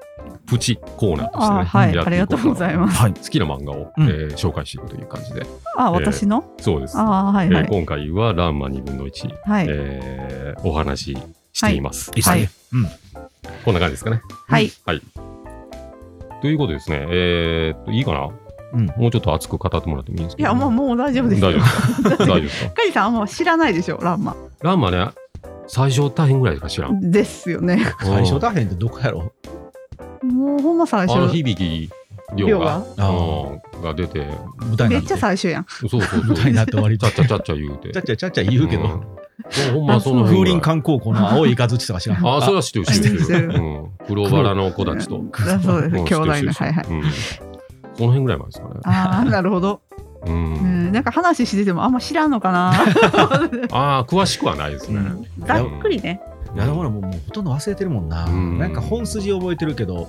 Speaker 2: プチコーナーとしてね、
Speaker 3: あーはい
Speaker 2: やってこ。
Speaker 3: ありがとうございます
Speaker 1: はい。
Speaker 2: 好きな漫画を、
Speaker 1: うん
Speaker 2: えー紹介していくという感じで、
Speaker 3: あ、私の。
Speaker 2: そうです。
Speaker 3: ああ、はいは
Speaker 2: えー
Speaker 3: い。
Speaker 2: 今回は、ランマ2分の1、
Speaker 3: はい。
Speaker 2: えーお話ししています。
Speaker 1: いいっす
Speaker 3: は
Speaker 1: ね
Speaker 3: い。
Speaker 1: うん。
Speaker 2: こんな感じですかね。
Speaker 3: はい。
Speaker 2: ということでですね、えーっと、いいかな
Speaker 1: うん
Speaker 2: もうちょっと熱く語ってもらってもいいんです
Speaker 3: い
Speaker 2: けど、
Speaker 3: や、もう、もう大丈夫
Speaker 2: 大
Speaker 3: です
Speaker 2: 丈夫
Speaker 3: よ
Speaker 2: で。すか大丈夫です か
Speaker 3: カジさん、あんま知らないでしょランマ。
Speaker 2: ランマね、最初大変ぐらいしか知 らん。
Speaker 3: ですよね。
Speaker 1: 最初大変ってどこやろ
Speaker 3: もう、ほんま最
Speaker 2: あの
Speaker 3: 初。
Speaker 2: 響き量が
Speaker 1: 量が
Speaker 2: うんが出て、
Speaker 1: 舞台
Speaker 3: め
Speaker 1: な
Speaker 3: っ
Speaker 1: ん
Speaker 3: ち
Speaker 1: て
Speaker 3: ゃ。最初やん。
Speaker 2: そうそうそ う、
Speaker 1: 舞台になって終わり
Speaker 2: ちゃっちゃちゃっちゃ言うて。
Speaker 1: ちゃっちゃちゃっちゃ言うけど、
Speaker 2: んそうほんまその
Speaker 3: あ
Speaker 1: 風
Speaker 3: そ
Speaker 2: 辺ぐら
Speaker 1: 林
Speaker 2: い
Speaker 1: 間高校の青い雷とか知らん。
Speaker 2: あ、それは知ってる、知ってる。
Speaker 3: 知ってる
Speaker 2: うん黒バラの子たちと。
Speaker 3: あそうです。
Speaker 2: うん
Speaker 3: 兄弟
Speaker 2: 知ってる知っ
Speaker 3: の。は
Speaker 2: て
Speaker 3: い
Speaker 2: る
Speaker 3: はい。
Speaker 2: うんこの辺ぐらいまでですかね。
Speaker 3: ああ、 なるほど。
Speaker 2: う
Speaker 3: うんん、なんか話しててもあんま知らんのかな。
Speaker 2: ああ、詳しくはないですね。
Speaker 3: ざっくりね。
Speaker 1: いやだからもうもうほとんど忘れてるもんな、
Speaker 2: うん
Speaker 1: なんか本筋覚えてるけど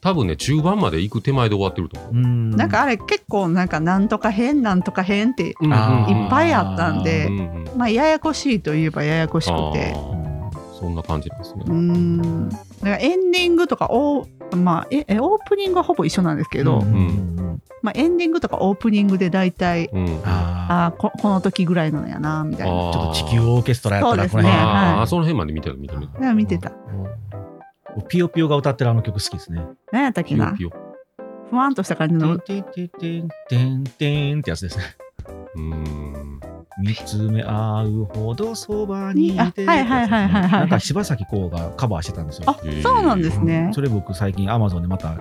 Speaker 2: 多分ね、中盤まで行く手前で終わってると思う。
Speaker 1: うん
Speaker 3: なんかあれ結構なんかなんとか変なんとか変っていっ
Speaker 2: うんうん
Speaker 1: あー
Speaker 3: ぱいあったんで
Speaker 2: うんうん
Speaker 3: まあややこしいといえばややこしくて
Speaker 2: あーそんな感じなんですね。
Speaker 3: うんだからエンディングとかオー,、まあ、ええオープニングはほぼ一緒なんですけど、
Speaker 1: うんうん
Speaker 3: まあ、エンディングとかオープニングで大体
Speaker 2: うん
Speaker 1: あ
Speaker 3: あーここの時ぐらいのやなみたいな
Speaker 1: あちょっと地球オーケストラやったらこ
Speaker 3: そ
Speaker 1: の
Speaker 3: うです
Speaker 1: 辺、
Speaker 3: ね
Speaker 2: あー
Speaker 3: はい
Speaker 2: その辺まで見てる見てる見て
Speaker 3: だ
Speaker 2: る。
Speaker 3: から見てた
Speaker 1: ピヨピヨが歌ってるあの曲好きですね。
Speaker 3: 何やったっけ
Speaker 2: ピヨ
Speaker 3: な
Speaker 2: ピヨ。
Speaker 3: ふわんとした感じ
Speaker 1: て
Speaker 3: の
Speaker 1: んてんてんてんてんてんってやつです ね。
Speaker 2: うーん。
Speaker 1: 見つめ合うほどそばにいて
Speaker 3: にあはいはいはいはいはい
Speaker 1: なんか柴咲コウがカバーしてたんですよ。
Speaker 3: あそうなんですね
Speaker 1: それ僕最近 Amazon でまた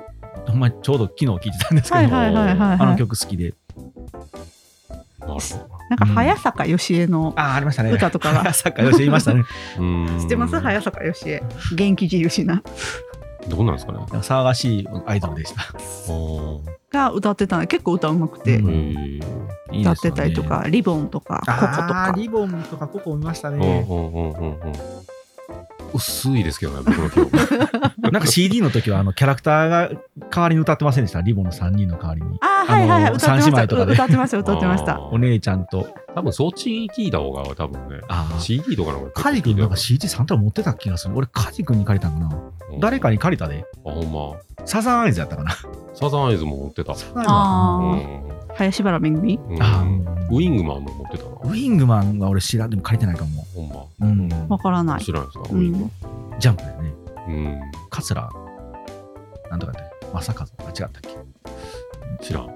Speaker 1: ほんまにちょうど昨日聞いてたんですけど、
Speaker 3: はいはいはいはいはい
Speaker 1: あの曲好きで
Speaker 2: なるほ
Speaker 3: なんか早坂よしえの
Speaker 1: ああありましたね
Speaker 3: 歌とか が
Speaker 1: がサッカー寄せいましたね
Speaker 2: ど。うーん
Speaker 3: 知ってます早坂よしえ元気印な
Speaker 2: どうなんですかね。
Speaker 1: なんか騒がしいアイドルでした
Speaker 2: おー
Speaker 3: が歌ってたので結構歌うまくて
Speaker 1: うん
Speaker 2: へー
Speaker 3: 歌ってたりとか、リボンとかココと
Speaker 1: あ
Speaker 3: か
Speaker 1: ーリボンとかここ見ました
Speaker 2: うん
Speaker 1: ね
Speaker 2: うんうんうんうん。薄いですけどね、僕の記 憶。
Speaker 1: なんか CD の時はあのキャラクターが代わりに歌ってませんでしたリボンの3人の代わりに
Speaker 3: あーはいはい
Speaker 1: あ
Speaker 3: はい
Speaker 1: の
Speaker 3: 歌
Speaker 1: 三
Speaker 3: ってま
Speaker 1: 姉
Speaker 3: し
Speaker 1: 妹
Speaker 3: た
Speaker 1: とかで
Speaker 3: 歌ってました歌ってました
Speaker 2: あ
Speaker 1: お
Speaker 2: ー。
Speaker 1: 姉ちゃんと
Speaker 2: 多分そっち聞いた方が多分ね。
Speaker 1: あー
Speaker 2: CD とかの方が
Speaker 1: カジ君なんか CD3 とか持ってた気がする俺カジ君に借りたんかな誰か
Speaker 2: に
Speaker 1: に借りたで
Speaker 2: あ、ほんま。
Speaker 1: サザンアイズやったかな
Speaker 2: サザンアイズも持ってた。
Speaker 1: サザンアイズや
Speaker 3: あ
Speaker 2: うん
Speaker 3: ー林原めぐみ
Speaker 2: うん
Speaker 1: あ
Speaker 2: ウィングマンも持ってたな。
Speaker 1: ウィングマンは俺知らんでも借りてないかも
Speaker 2: ほんま。
Speaker 1: うん
Speaker 3: わからない
Speaker 2: 知らないですか、
Speaker 3: う
Speaker 2: ウィング
Speaker 3: ん
Speaker 1: ジャンプだよね
Speaker 2: マン。うん。
Speaker 1: 桂なんとかやったっけ正和あ違ったっけ
Speaker 2: 知らん。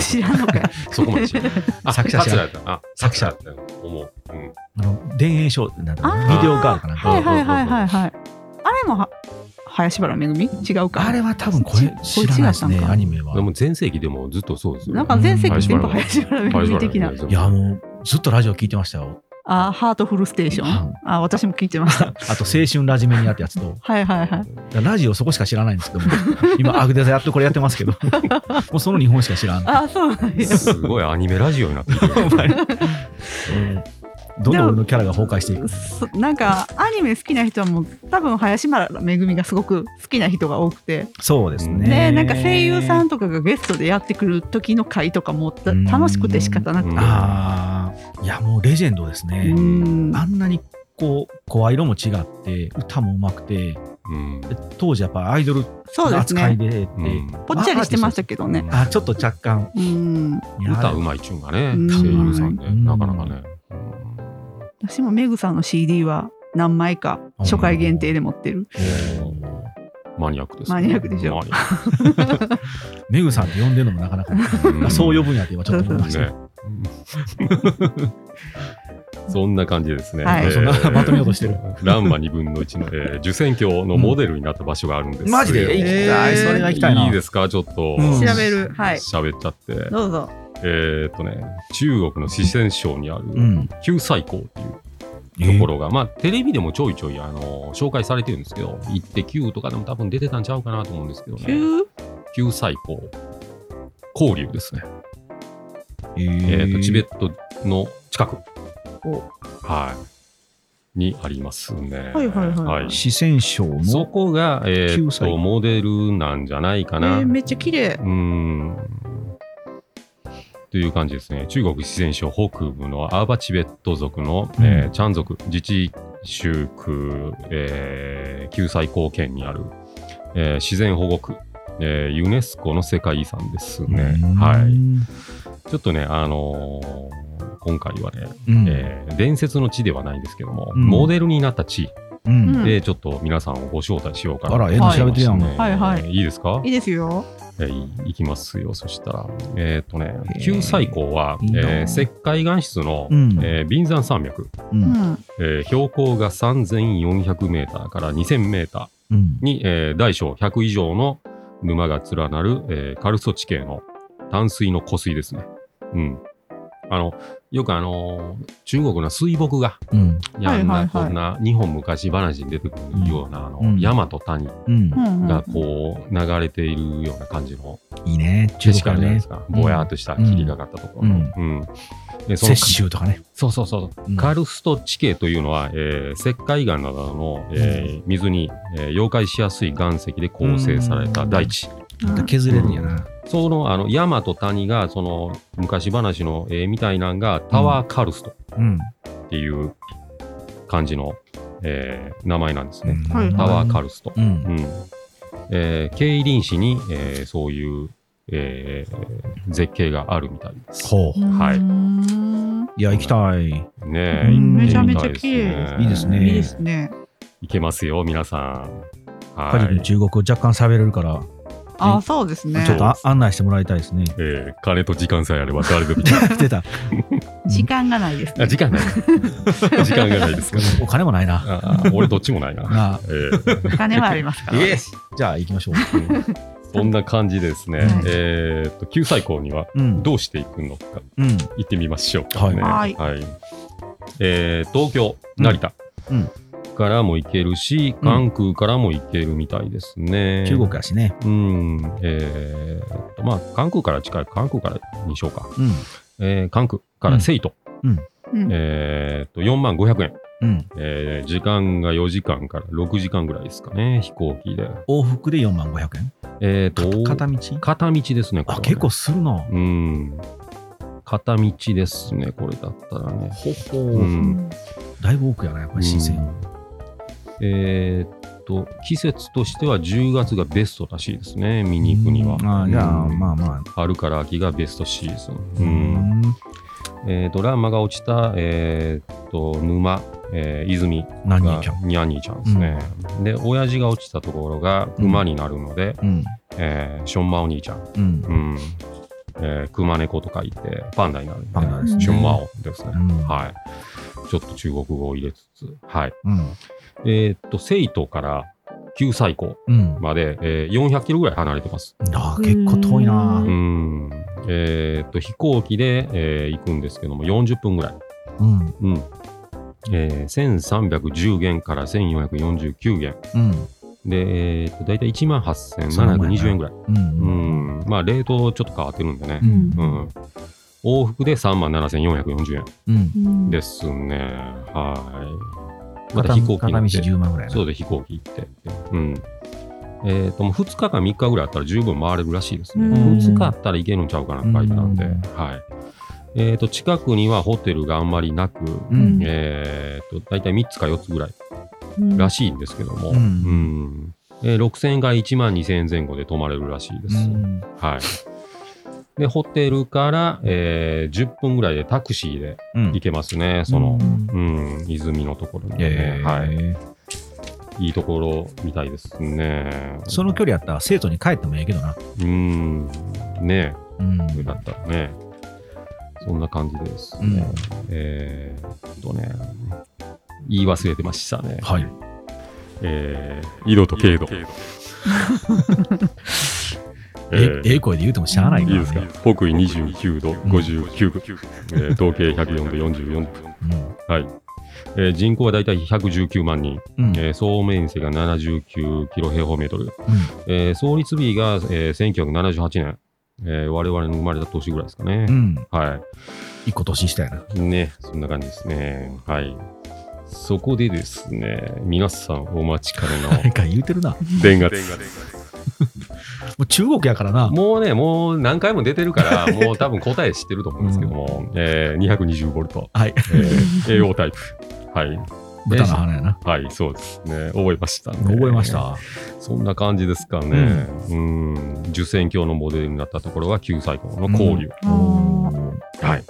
Speaker 3: 知らんのかい
Speaker 2: そこまで知らん。あ、
Speaker 1: 作者知らん
Speaker 2: やった。あ、作者やったよ。思う。うん。
Speaker 1: あの田園ショーなんだ
Speaker 3: あ
Speaker 1: ろ
Speaker 3: ー
Speaker 1: うビデオガールかなんか
Speaker 3: はいはいはいはいはいあれもは林原めぐみ違うか
Speaker 1: あれは多分これ
Speaker 3: こ
Speaker 1: 知らないです
Speaker 3: こっちやったん
Speaker 1: ね
Speaker 3: か
Speaker 1: アニメは
Speaker 2: でも全盛期でもずっとそうですよね。
Speaker 3: なんか全世紀全部林原めぐみ的な
Speaker 2: 林原めぐみ
Speaker 1: いやもうずっとラジオ聞いてましたよ
Speaker 3: あーハートフルステーショ
Speaker 1: うん
Speaker 3: ンあー私も聞いてま した
Speaker 1: あと青春ラジメニアってやつと
Speaker 3: はいはいはい
Speaker 1: ラジオそこしか知らないんですけども今アグデザやってこれやってますけど もうその日本しか知らん
Speaker 3: あーそうなんや
Speaker 2: すごいアニメラジオになって きてる。
Speaker 1: どんどん俺のキャラが崩壊していく
Speaker 3: そなんかアニメ好きな人はもう多分林原めぐみがすごく好きな人が多くて、
Speaker 1: そうですね
Speaker 3: ね、なんか声優さんとかがゲストでやってくる時の回とかもた
Speaker 1: うん
Speaker 3: 楽しくて仕方なくて
Speaker 1: ああいやもうレジェンドですね、
Speaker 3: うん
Speaker 1: あんなにこう声色も違って歌もうまくて
Speaker 2: うん。
Speaker 1: で当時やっぱアイドル
Speaker 3: そう
Speaker 1: の
Speaker 3: です
Speaker 1: 扱い
Speaker 3: ね
Speaker 1: でって、
Speaker 2: うん
Speaker 3: ぽっちゃりしてましたけどね
Speaker 1: あちょっと若干
Speaker 3: うん
Speaker 1: いや
Speaker 2: 歌うまいっちゅうんがね、
Speaker 3: うん
Speaker 2: 声優さんね、
Speaker 1: うん
Speaker 2: なかなかね。
Speaker 3: 私もめぐさんの CD は何枚か初回限定で持ってる
Speaker 2: マニアックですね。
Speaker 3: マニアックでしょ
Speaker 2: マニアッ
Speaker 1: メグさんって呼んでるのもなかなか、
Speaker 2: クん
Speaker 1: まあそう呼ぶんやって今ちょっと思いましたね
Speaker 2: ね。 そんな感じですね。
Speaker 3: はい
Speaker 2: えー
Speaker 1: そんなまとめようとしてる。
Speaker 2: ランマ2分の1の、えー、受選挙のモデルになった場所があるんですよ。
Speaker 1: マジで行きたい
Speaker 2: えー
Speaker 1: それが行きたいない
Speaker 2: ですか、ちょっと。
Speaker 1: うん
Speaker 3: 調べるはい
Speaker 2: 喋っちゃって。
Speaker 3: どうぞ
Speaker 2: えーっとね、中国の四川省にある
Speaker 1: うん
Speaker 2: 九寨溝っていうところが、まあ、テレビでもちょいちょい、あの紹介されてるんですけど、行って9とかでも多分出てたんちゃうかなと思うんですけどね。
Speaker 3: 中
Speaker 2: 九寨溝。交流ですね。
Speaker 1: えー
Speaker 2: えー、とチベットの近くはい、にありますね。
Speaker 3: はいはいはいはい
Speaker 1: 四川省
Speaker 2: そ
Speaker 1: の
Speaker 2: こが、えー
Speaker 1: 九
Speaker 2: と
Speaker 1: 歳
Speaker 2: モデルなんじゃないか
Speaker 3: え
Speaker 2: な。
Speaker 3: ーめっちゃ綺麗
Speaker 2: うーんという感じですね。中国四川省北部のアーバチベット族の、
Speaker 1: うん
Speaker 2: えーチャン族自治州区、えー、救済貢献にある、えー自然保護区、えーユネスコの世界遺産ですね。はい、ちょっとね、あのー今回はね、
Speaker 1: い、うん
Speaker 2: えー伝説の地ではないんですけども、
Speaker 1: うん
Speaker 2: モデルになった地
Speaker 1: うん
Speaker 3: うん
Speaker 2: でちょっと皆さんをご招待しようかな
Speaker 1: あらええの調べてるやん
Speaker 2: はい
Speaker 3: はいはい
Speaker 2: いいですか
Speaker 3: いいですよ
Speaker 2: えーいいきますよそしたらえーっ、とね
Speaker 1: へー
Speaker 2: 旧最高は、
Speaker 1: いいなあ
Speaker 2: えー石灰岩質の、
Speaker 1: うん
Speaker 2: えー銀山山脈、
Speaker 1: う
Speaker 3: うんん
Speaker 2: えー標高が 3400m から 2000m
Speaker 1: うん
Speaker 2: に、えー大小100以上の沼が連なる、えーカルソ地形の淡水の湖水ですね。うん。あの、よくあのー中国の水墨画
Speaker 1: うん
Speaker 2: いやあん
Speaker 3: はい
Speaker 2: な
Speaker 3: はいはい
Speaker 2: こんな日本昔話に出てくるようなあの、
Speaker 1: うん
Speaker 2: 山と谷
Speaker 1: うん
Speaker 3: うんうん
Speaker 2: がこう流れているような感じの
Speaker 1: いいね中
Speaker 2: 景
Speaker 1: 国
Speaker 2: 色
Speaker 1: か
Speaker 2: あるじゃないで
Speaker 1: ね
Speaker 2: すか、
Speaker 1: うん
Speaker 2: ぼやっとした霧がかったところ、
Speaker 1: うん
Speaker 2: うんえーその
Speaker 1: 雪臭とかね。
Speaker 2: そうそうそう、
Speaker 1: うん
Speaker 2: カルスト地形というのは、えー石灰岩などの、えー水に、えー溶解しやすい岩石で構成された大地、
Speaker 1: なんか削れるんやな。
Speaker 2: そのあの山と谷がその昔話の絵みたいなんがタワーカルスト
Speaker 1: うん。
Speaker 2: っていう感じの、えー名前なんですね、
Speaker 1: うん
Speaker 3: はい
Speaker 2: タワーカルスト、
Speaker 1: う。
Speaker 2: うんんえー競輪市に、えーそういう、えー絶景があるみたいです
Speaker 1: ほう。
Speaker 2: はい
Speaker 3: い。
Speaker 1: いや、行きたい。
Speaker 2: ねえ
Speaker 1: うん
Speaker 2: 行ってみ
Speaker 1: め
Speaker 2: た
Speaker 3: ちゃ
Speaker 2: いで
Speaker 3: めちゃ
Speaker 2: す
Speaker 3: 綺麗
Speaker 2: ね
Speaker 1: いいですね
Speaker 3: いいですね。
Speaker 2: いけますよ、皆さん。
Speaker 1: カ
Speaker 2: は
Speaker 1: ジ君
Speaker 2: い。
Speaker 1: 中国語若干喋れるから、
Speaker 3: ああ、そうですね
Speaker 1: ちょ。っとあ案内してもらいたいです ね。
Speaker 2: えー金と時間さえあれば誰でも
Speaker 1: 出た。
Speaker 3: 時間がないです
Speaker 2: あ
Speaker 3: ね。
Speaker 2: 時 間ない。時間がないですから。
Speaker 1: お金もないな。
Speaker 2: ああ俺どっちもないな。
Speaker 1: なあ
Speaker 2: えー
Speaker 3: お金はありますから。
Speaker 2: イエ
Speaker 1: じゃあ行きまし ょう。
Speaker 2: そんな感じでですね、
Speaker 3: はい
Speaker 2: えーっと、救済校には
Speaker 1: うん。
Speaker 2: どうしていくのか、
Speaker 1: うん。
Speaker 2: 行ってみましょうか、
Speaker 1: はい
Speaker 2: ね。
Speaker 3: はい
Speaker 2: えー東京、
Speaker 1: うん
Speaker 2: 成田。
Speaker 1: うん
Speaker 2: からも行けるし、
Speaker 1: うん
Speaker 2: 関空からも行けるみたいですね。
Speaker 1: 中国やしね。
Speaker 2: うん、えーとまあ、関空から近い、関空からにしようか。
Speaker 1: うん。
Speaker 2: えー関空から成都、
Speaker 3: うん
Speaker 2: えーと4万500円、
Speaker 1: うん。
Speaker 2: えー時間が4時間から6時間ぐらいですかね、飛行機で。
Speaker 1: 往復で4万500円。
Speaker 2: えーと
Speaker 1: か片道
Speaker 2: 片道ですね、これ
Speaker 1: あ、
Speaker 2: はね
Speaker 1: 結構するな。
Speaker 2: うん。片道ですね、これだったらね。
Speaker 1: ほほ
Speaker 2: うん
Speaker 1: だいぶ多くやな、やっぱり新鮮。
Speaker 2: えーと季節としては10月がベストらしいですね、見に行くには。
Speaker 1: あじゃあ、
Speaker 2: うん
Speaker 1: まあまあ。
Speaker 2: 春から秋がベストシーズン。
Speaker 1: う
Speaker 2: うん
Speaker 1: ん。
Speaker 2: えー、ドラマが落ちた、えー、と沼、えー泉
Speaker 1: 何
Speaker 2: が
Speaker 1: 人ちゃん。
Speaker 2: ニャニーちゃんですね、で親父が落ちたところが熊になるので、
Speaker 1: うん。
Speaker 2: えーションマお兄ちゃん、
Speaker 1: うん。
Speaker 2: うんえー、熊猫と書いてパンダになるん
Speaker 1: パンダです
Speaker 3: ね
Speaker 2: ションマオですね、
Speaker 1: うん
Speaker 2: はいちょっと中国語を入れつつはい
Speaker 1: うん。
Speaker 2: えっと生徒から旧西湖
Speaker 1: うん。
Speaker 2: まで、えー、400キロぐらい離れてます
Speaker 1: あー結構遠いな。
Speaker 3: う
Speaker 2: うんえっと飛行機で、えー行くんですけども40分ぐらい
Speaker 1: うん。
Speaker 2: うんえー、1310元から1449元
Speaker 1: うん。
Speaker 2: で、えー、と大体1万8720円ぐらい、
Speaker 1: う。
Speaker 2: うんんまあ、レートちょっと変わってるんでね
Speaker 1: う、ん。
Speaker 2: うん往復で3万7440円
Speaker 1: うん。
Speaker 3: うん
Speaker 2: ですね、はいまた
Speaker 1: 片
Speaker 2: 飛
Speaker 1: 片道
Speaker 2: 行機乗って
Speaker 1: 10万ぐらいな。
Speaker 2: そうで飛行機行って、うんえー、ともう2日か3日ぐらいあったら十分回れるらしいですね、
Speaker 3: うん
Speaker 2: 2日あったらいけるんちゃうかなって書いてたんで、
Speaker 1: うん
Speaker 2: はいえー、と近くにはホテルがあんまりなく、
Speaker 1: うん。
Speaker 2: えー、と大体3つか4つぐらい
Speaker 3: うん
Speaker 2: らしいんですけども、
Speaker 1: うん
Speaker 2: うんえー6000円から1万2000円前後で泊まれるらしいです。
Speaker 1: うん
Speaker 2: はい、でホテルから、えー10分ぐらいでタクシーで
Speaker 1: うん
Speaker 2: 行けますね、その
Speaker 3: う、ん
Speaker 2: うん、泉のところに、
Speaker 1: えー
Speaker 2: ねはい。いいところみたいですね。
Speaker 1: その距離あったら生徒に帰ってもええけどな。
Speaker 2: うん、ね
Speaker 1: うん。
Speaker 2: え、上だったらね。そんな感じです
Speaker 1: う
Speaker 2: ね。
Speaker 1: ん
Speaker 2: えーっとね、言い忘れてましたね。
Speaker 1: はい。
Speaker 2: えー、緯度と経度。
Speaker 1: え
Speaker 2: えー
Speaker 1: ええ声で言うてもしゃあないか
Speaker 2: いい
Speaker 1: ら
Speaker 2: で
Speaker 1: ね
Speaker 2: すか北緯29度59分、えー統計104度44分、はいえー人口はだいたい119万人、
Speaker 1: うん。うん。
Speaker 2: えー総面積が79キロ平方メートル、
Speaker 1: うん
Speaker 2: えー創立日が、えー、1978年、えー、我々の生まれた年ぐらいですかね、
Speaker 1: うん。
Speaker 2: は
Speaker 1: 一個年下やな。
Speaker 2: いねそんな感じですねはいそこでですね皆さんお待ちかねの
Speaker 1: なんか言うてるな。も
Speaker 2: 電月
Speaker 1: う中国やからな。
Speaker 2: もうね、もう何回も出てる から、もう多分答え知ってると思うんですけども、えー、220ボルト、
Speaker 1: はい。
Speaker 2: えー、AO タイプ。はい、
Speaker 1: 豚の花やな。
Speaker 2: はい、そうですね。覚えました、ね。
Speaker 1: 覚えまし。た。
Speaker 2: そんな感じですかね。うん、受選教のモデルになったところは、旧最高の交流。
Speaker 3: うん
Speaker 2: はい。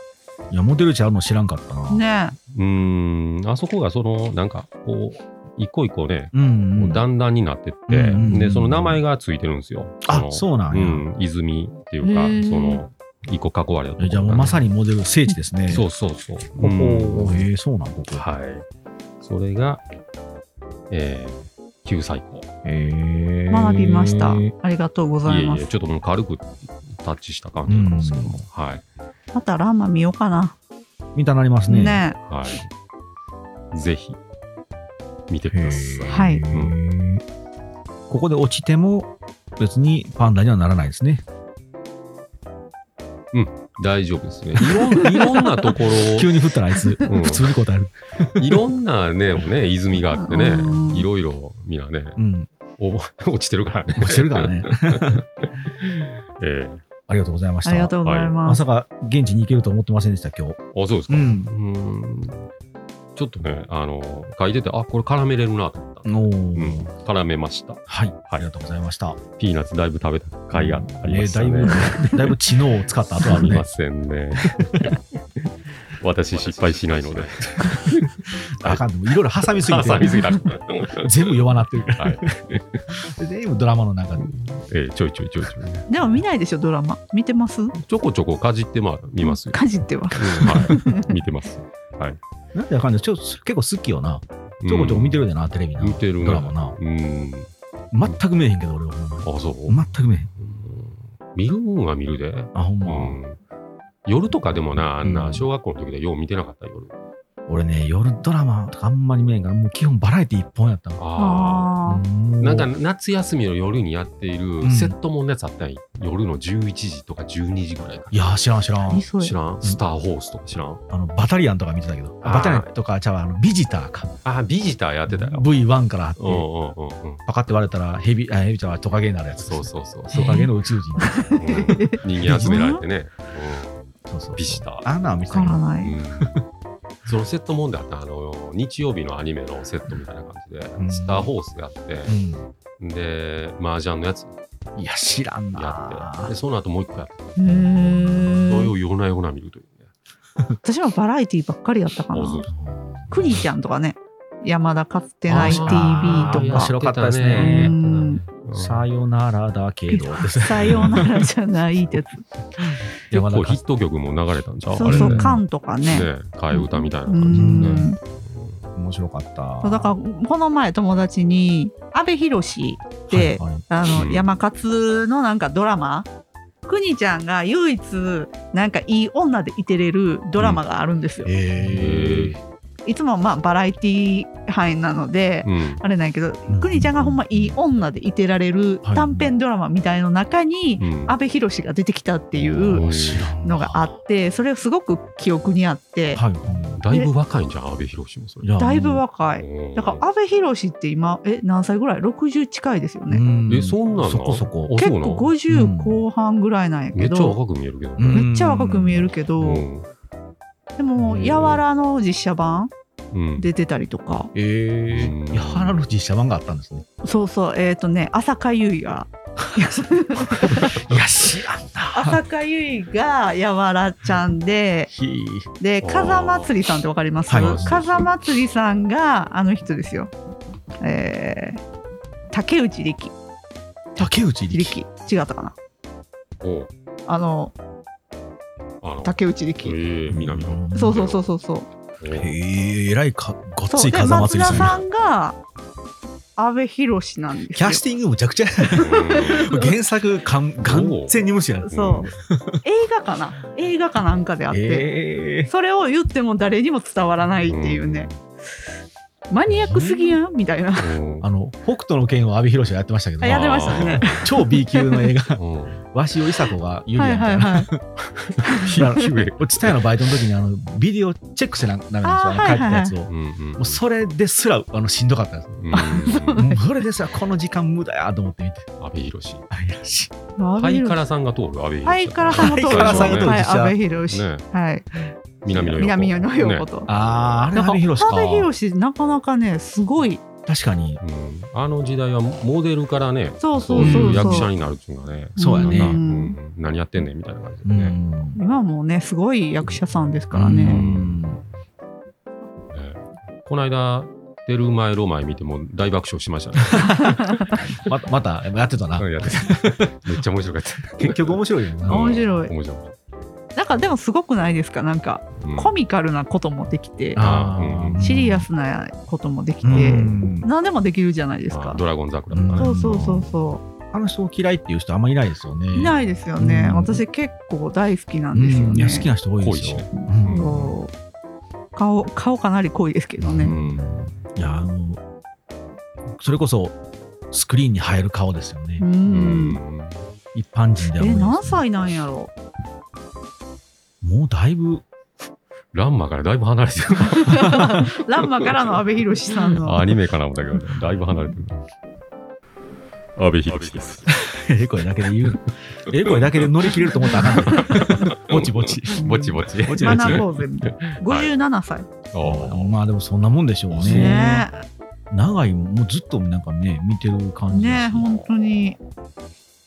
Speaker 1: いや、モデル地あるの知らんかったな。
Speaker 3: ね
Speaker 2: うん、あそこがその、なんか、こう、一個一個ね、
Speaker 1: うん
Speaker 2: こ
Speaker 1: う。
Speaker 2: うんだんだんになってって、
Speaker 1: うんうんうん
Speaker 2: で、その名前がついてるんですよ。
Speaker 1: あ、
Speaker 2: う
Speaker 1: そうなん
Speaker 2: う
Speaker 1: や。
Speaker 2: ん、泉っていうか
Speaker 3: へ、ー
Speaker 2: その、一個囲われたところが
Speaker 1: え
Speaker 2: ね
Speaker 1: じゃあもうまさにモデル聖地ですね。。
Speaker 2: そううそうそう。こ
Speaker 1: ここ。ええ、そうなん、ここ。
Speaker 2: はい。それが、えー、旧最高。
Speaker 1: ええ。
Speaker 3: 学びました。ありがとうござい
Speaker 2: い
Speaker 3: ま
Speaker 2: えいえ、
Speaker 3: す。
Speaker 2: ちょっともう軽くタッチした感じなんですけども。
Speaker 1: う
Speaker 2: はい。
Speaker 3: またラーマン見ようかな。
Speaker 1: みたいになりますね。
Speaker 3: ね
Speaker 2: はい。ぜひ、見てく
Speaker 1: へ
Speaker 2: だ
Speaker 1: ー
Speaker 2: さい。
Speaker 3: はい
Speaker 1: うんここで落ちても別にパンダにはならないですね。
Speaker 2: 大丈夫ですね。いろんいろんなところ
Speaker 1: 急に降ったらあいつ、
Speaker 2: うん
Speaker 1: 普通に答える。
Speaker 2: いろんなね、ね、泉があってね
Speaker 3: う、ん
Speaker 2: いろいろみんなね、
Speaker 1: うん。
Speaker 2: おぼ落ちてるからね。
Speaker 1: 落ちてるからね。
Speaker 2: え
Speaker 1: ありがとうございました。
Speaker 3: ありがとうござい
Speaker 1: ま
Speaker 3: ます。
Speaker 1: さか現地に行けると思ってませんでした、今日。
Speaker 2: えあ、そうですか。
Speaker 1: ん
Speaker 2: う。ん。ちょっとね、あの、書いてて、あ、これ絡めれるなと思った。
Speaker 1: おー
Speaker 2: うん、絡めました。
Speaker 1: はい。ありがとうございました。
Speaker 2: ピーナッツだいぶ食べた甲斐がありました
Speaker 1: え
Speaker 2: ね。
Speaker 1: ーだいぶ、だい ぶ知能を使った後あ
Speaker 2: あ
Speaker 1: る
Speaker 2: り
Speaker 1: ね
Speaker 2: ま。せん ね。私失敗しないので。
Speaker 1: あかんでも、いろいろ挟みす ぎて
Speaker 2: 挟、みすぎた。
Speaker 1: 全部弱なってる。
Speaker 2: はい。
Speaker 1: 全部ドラマの 中で。
Speaker 2: えーちょいちょいちょいちょい。
Speaker 3: でも見ないでしょ、ドラマ。見てます
Speaker 2: ちょこちょこかじってまあ見ますよ。
Speaker 3: かじっては。
Speaker 2: うん はい。見てます。
Speaker 1: なんてあかんで、ちょ結構好きよな。ちょこちょこ見てるでな、テレビな。
Speaker 2: 見てるね
Speaker 1: ドラマな。
Speaker 2: うん。
Speaker 1: 全く見えへんけど、俺はほんまに。
Speaker 2: あ、そう。
Speaker 1: 全く見えへん。
Speaker 2: 見るもんは見るで。
Speaker 1: あ、ほん
Speaker 2: う
Speaker 1: ま。
Speaker 2: ん。夜とかでもな、あん
Speaker 1: う
Speaker 2: なん小学校の時でよう見てなかった夜。
Speaker 1: 俺ね、夜ドラマとかあんまり見えへんから、もう基本バラエティ一本やったの。
Speaker 2: あ
Speaker 3: あー
Speaker 1: もう
Speaker 2: あ。なんか夏休みの夜にやっている
Speaker 1: ん
Speaker 2: セットもんのやつあったんや夜の11時とか12時ぐらいか
Speaker 1: いやー、知らん知ら
Speaker 3: 何
Speaker 1: ん。
Speaker 3: それ
Speaker 2: 知らんスターホースとか知らん
Speaker 1: あの、バタリアンとか見てたけど。
Speaker 2: あー
Speaker 1: バタリアンとか、ちゃうわあの、ビジターか。
Speaker 2: ああ、ビジターやってたよ。
Speaker 1: V1 からあって
Speaker 2: うん、うんうんうん。
Speaker 1: パカって割れたら、ヘビ、あ、ヘビちゃんはトカゲになるやつ。
Speaker 2: そうそうそう。
Speaker 1: トカゲの宇宙人。
Speaker 2: うん人間集められ てね。
Speaker 1: そうそうそう。
Speaker 2: ビジター
Speaker 1: あんなんは見
Speaker 3: わ
Speaker 1: てた
Speaker 3: か
Speaker 1: けど
Speaker 3: ら
Speaker 2: う
Speaker 3: ない。
Speaker 2: んうんそのセットもんであったあの日曜日のアニメのセットみたいな感じで、
Speaker 1: ん
Speaker 2: スターホースがあって、で、麻雀のやつ
Speaker 1: うん。いや、知らん
Speaker 2: や
Speaker 1: な
Speaker 2: って、
Speaker 1: ー
Speaker 2: で。その後もう一個やって、
Speaker 3: うー
Speaker 2: それ
Speaker 3: ん
Speaker 2: を夜な夜な見るというね。
Speaker 3: 私もバラエティばっかりやったか
Speaker 2: あそ
Speaker 3: な
Speaker 2: う。
Speaker 3: クニちゃんとかね、山田かつてない TV と
Speaker 1: あー
Speaker 2: や
Speaker 1: 面
Speaker 3: か。
Speaker 1: 白かったです
Speaker 2: やって
Speaker 1: ね
Speaker 2: た
Speaker 3: うん
Speaker 2: うん
Speaker 1: さよならだけどですね。
Speaker 3: さようならじゃないってや
Speaker 2: 結
Speaker 1: 山
Speaker 2: 構
Speaker 1: 田
Speaker 2: ヒ
Speaker 1: か
Speaker 2: ット曲も流れたんちゃう
Speaker 3: つ。
Speaker 2: あ
Speaker 3: そう
Speaker 2: れ
Speaker 3: そ
Speaker 2: ね
Speaker 3: う、缶とかね。
Speaker 2: ね。替え歌みたいな
Speaker 3: う
Speaker 2: 感じでね。
Speaker 3: ん。
Speaker 1: 面白かった。
Speaker 3: そうだからこの前友達に阿部寛って、
Speaker 1: はいはい
Speaker 3: あの、
Speaker 2: うん
Speaker 3: 山勝のなんかドラマくにちゃんが唯一なんかいい女でいてれるドラマがあるんですよ、
Speaker 1: え
Speaker 3: いつもまあバラエティー範囲なので、
Speaker 2: うん
Speaker 3: あれなんやけど
Speaker 1: うん
Speaker 3: くにちゃんがほんまいい女でいてられる
Speaker 1: はい
Speaker 3: 短編ドラマみたいの中に
Speaker 2: うん
Speaker 3: 阿部寛が出てきたってい
Speaker 2: お
Speaker 3: う
Speaker 2: ー
Speaker 3: のがあってそれすごく記憶にあって
Speaker 1: はい
Speaker 2: だいぶ若いんじゃん、阿部寛もそれ。
Speaker 1: や
Speaker 3: だいぶ若い
Speaker 2: うん
Speaker 3: だから阿部寛って今え何歳ぐらい60近いですよね、
Speaker 1: うん
Speaker 2: え、そんなの
Speaker 1: そこそこ
Speaker 2: あ。
Speaker 3: 結
Speaker 2: そうな
Speaker 3: 構
Speaker 2: の
Speaker 3: 50後半ぐらいなんや
Speaker 2: め
Speaker 3: け
Speaker 2: っちゃ
Speaker 3: ど、
Speaker 2: 若く見えるけど
Speaker 1: う
Speaker 2: ね。
Speaker 1: ん
Speaker 3: めっちゃ若く見えるけど、
Speaker 2: うん
Speaker 3: でも
Speaker 2: うん
Speaker 3: 「やわら」の実写版
Speaker 2: うん
Speaker 3: 出てたりとか、
Speaker 1: え
Speaker 2: うん
Speaker 1: え。いや、原の実写版があったんですね。
Speaker 3: そうそうえっ、とね浅香唯が
Speaker 1: いや、知らんな。
Speaker 3: 浅香唯がやわらちゃんで
Speaker 1: ひ
Speaker 3: で
Speaker 2: あー
Speaker 3: 風間つりさんってわかります、
Speaker 1: はい
Speaker 3: 風間つりさんがあの人ですよ、えー、竹内力
Speaker 1: 竹内力。
Speaker 3: 力違ったかな
Speaker 2: おう
Speaker 3: あの
Speaker 2: あの
Speaker 3: 竹内
Speaker 2: え
Speaker 3: 力、
Speaker 2: ー南の。
Speaker 3: そうそうそうそうそう
Speaker 2: おう
Speaker 1: へえ、えらいか、ごっ
Speaker 3: そ
Speaker 1: つ
Speaker 3: う
Speaker 1: い
Speaker 3: で
Speaker 1: 風間
Speaker 3: 松
Speaker 1: 祭り
Speaker 3: 田
Speaker 1: する。
Speaker 3: さんが阿部寛なんです
Speaker 1: キ
Speaker 3: よ
Speaker 1: ャスティングむちゃくちゃや。原作かん、完全に無視やん。
Speaker 3: そう映画かな映画かなんかであって、
Speaker 1: ええ。
Speaker 3: それを言っても誰にも伝わらないっていうね、マニアックすぎやんみたいな
Speaker 2: うん。
Speaker 1: あの、北斗の拳を阿部寛がやってましたけど
Speaker 3: あ、やってましたね
Speaker 1: 超 B 級の映画、
Speaker 2: うん
Speaker 1: 鷲尾伊佐子がユリアみ
Speaker 3: はいは
Speaker 1: た
Speaker 3: い
Speaker 1: いな。
Speaker 3: はい
Speaker 1: だから俺、ツタヤのバイトの時にあのビデオチェックしてなダメなんですよ、あの
Speaker 3: あー
Speaker 1: 帰っ
Speaker 3: はい
Speaker 1: てた
Speaker 3: はいはい
Speaker 1: やつを。
Speaker 2: うんうん
Speaker 1: もうそれですらあのしんどかったです。
Speaker 2: うん安
Speaker 1: もうそれですらこの時間無駄やと思って見て。
Speaker 2: 倍博
Speaker 1: あいやし
Speaker 2: ハイカ
Speaker 3: ラ
Speaker 2: ラさんが通る安倍博
Speaker 3: ハイカラさんの通り
Speaker 1: ハイカラさんが通る
Speaker 3: はい
Speaker 1: 実写
Speaker 3: 阿部寛
Speaker 2: ね
Speaker 3: はい
Speaker 2: 南の
Speaker 3: 南野の
Speaker 2: ね
Speaker 3: 陽子と、
Speaker 1: あーあれ
Speaker 3: なん
Speaker 1: 阿
Speaker 3: か
Speaker 1: 部寛
Speaker 3: 阿
Speaker 1: か。
Speaker 3: 部寛なかなかねすごい
Speaker 1: 確かに。
Speaker 2: うんあの時代はモデルからね
Speaker 3: そう
Speaker 2: そ
Speaker 3: そううそうそう
Speaker 2: いう役者になるっていうのがね
Speaker 1: そうやね
Speaker 2: な
Speaker 3: うん
Speaker 2: かう
Speaker 3: ん
Speaker 2: ん何やってんねんみたいな感じ
Speaker 1: う
Speaker 2: でね
Speaker 1: ん。
Speaker 3: 今はもうねすごい役者さんですからね、
Speaker 1: うん
Speaker 2: ねこの間出る前ロマイ見てもう大爆笑しま したね
Speaker 1: またまたやってたな。
Speaker 2: やっててめっちゃ面白かった
Speaker 1: 結局面白いよ
Speaker 2: うん
Speaker 1: な。
Speaker 3: 面白い
Speaker 2: 面白かっ
Speaker 3: なんかでもすごくないですかなんか
Speaker 2: たうん
Speaker 3: コミカルなこともできて、
Speaker 1: あー
Speaker 3: シリアスなこともできて、
Speaker 1: うん
Speaker 3: 何でもできるじゃないです
Speaker 2: あ
Speaker 3: か。
Speaker 2: ドラゴン桜とか
Speaker 1: う
Speaker 2: ね
Speaker 1: ん
Speaker 3: そうそうそうそ
Speaker 1: あの人を嫌いっていう人あんまいないですよね。
Speaker 3: う。いないですよね。
Speaker 1: うん
Speaker 3: 私結構大好きな
Speaker 1: うん
Speaker 3: ですよ
Speaker 1: ん。い
Speaker 3: ね。
Speaker 1: や好きな人多いで
Speaker 2: 濃い
Speaker 1: す
Speaker 2: し
Speaker 1: よ。
Speaker 2: ね
Speaker 1: うん
Speaker 3: そう顔顔かなり濃いですけどね。
Speaker 2: うん
Speaker 1: いやあのそれこそスクリーンに映える顔ですよね、
Speaker 3: うん。
Speaker 2: うん
Speaker 1: 一般人では無
Speaker 3: え
Speaker 1: 理ですね
Speaker 3: 何歳なんやろ。
Speaker 1: もうだいぶ、
Speaker 2: ランマからだいぶ離れてる。
Speaker 3: ランマからの阿部寛さんの
Speaker 2: アニメかな思ったけど、だいぶ離れてる。阿部寛です。
Speaker 1: ええ声だけで言 う。ええ声だけで乗り切れると思ったらあかんでぼちぼち。
Speaker 2: ぼちぼち。
Speaker 1: ぼちぼち
Speaker 3: 学ぼうぜみたいな。57歳。
Speaker 2: あ
Speaker 1: まあでもそんなもんでしょう
Speaker 2: そう
Speaker 1: ね。
Speaker 3: ね
Speaker 1: 長い、もうずっとなんかね、見てる感じ
Speaker 3: ね本当に。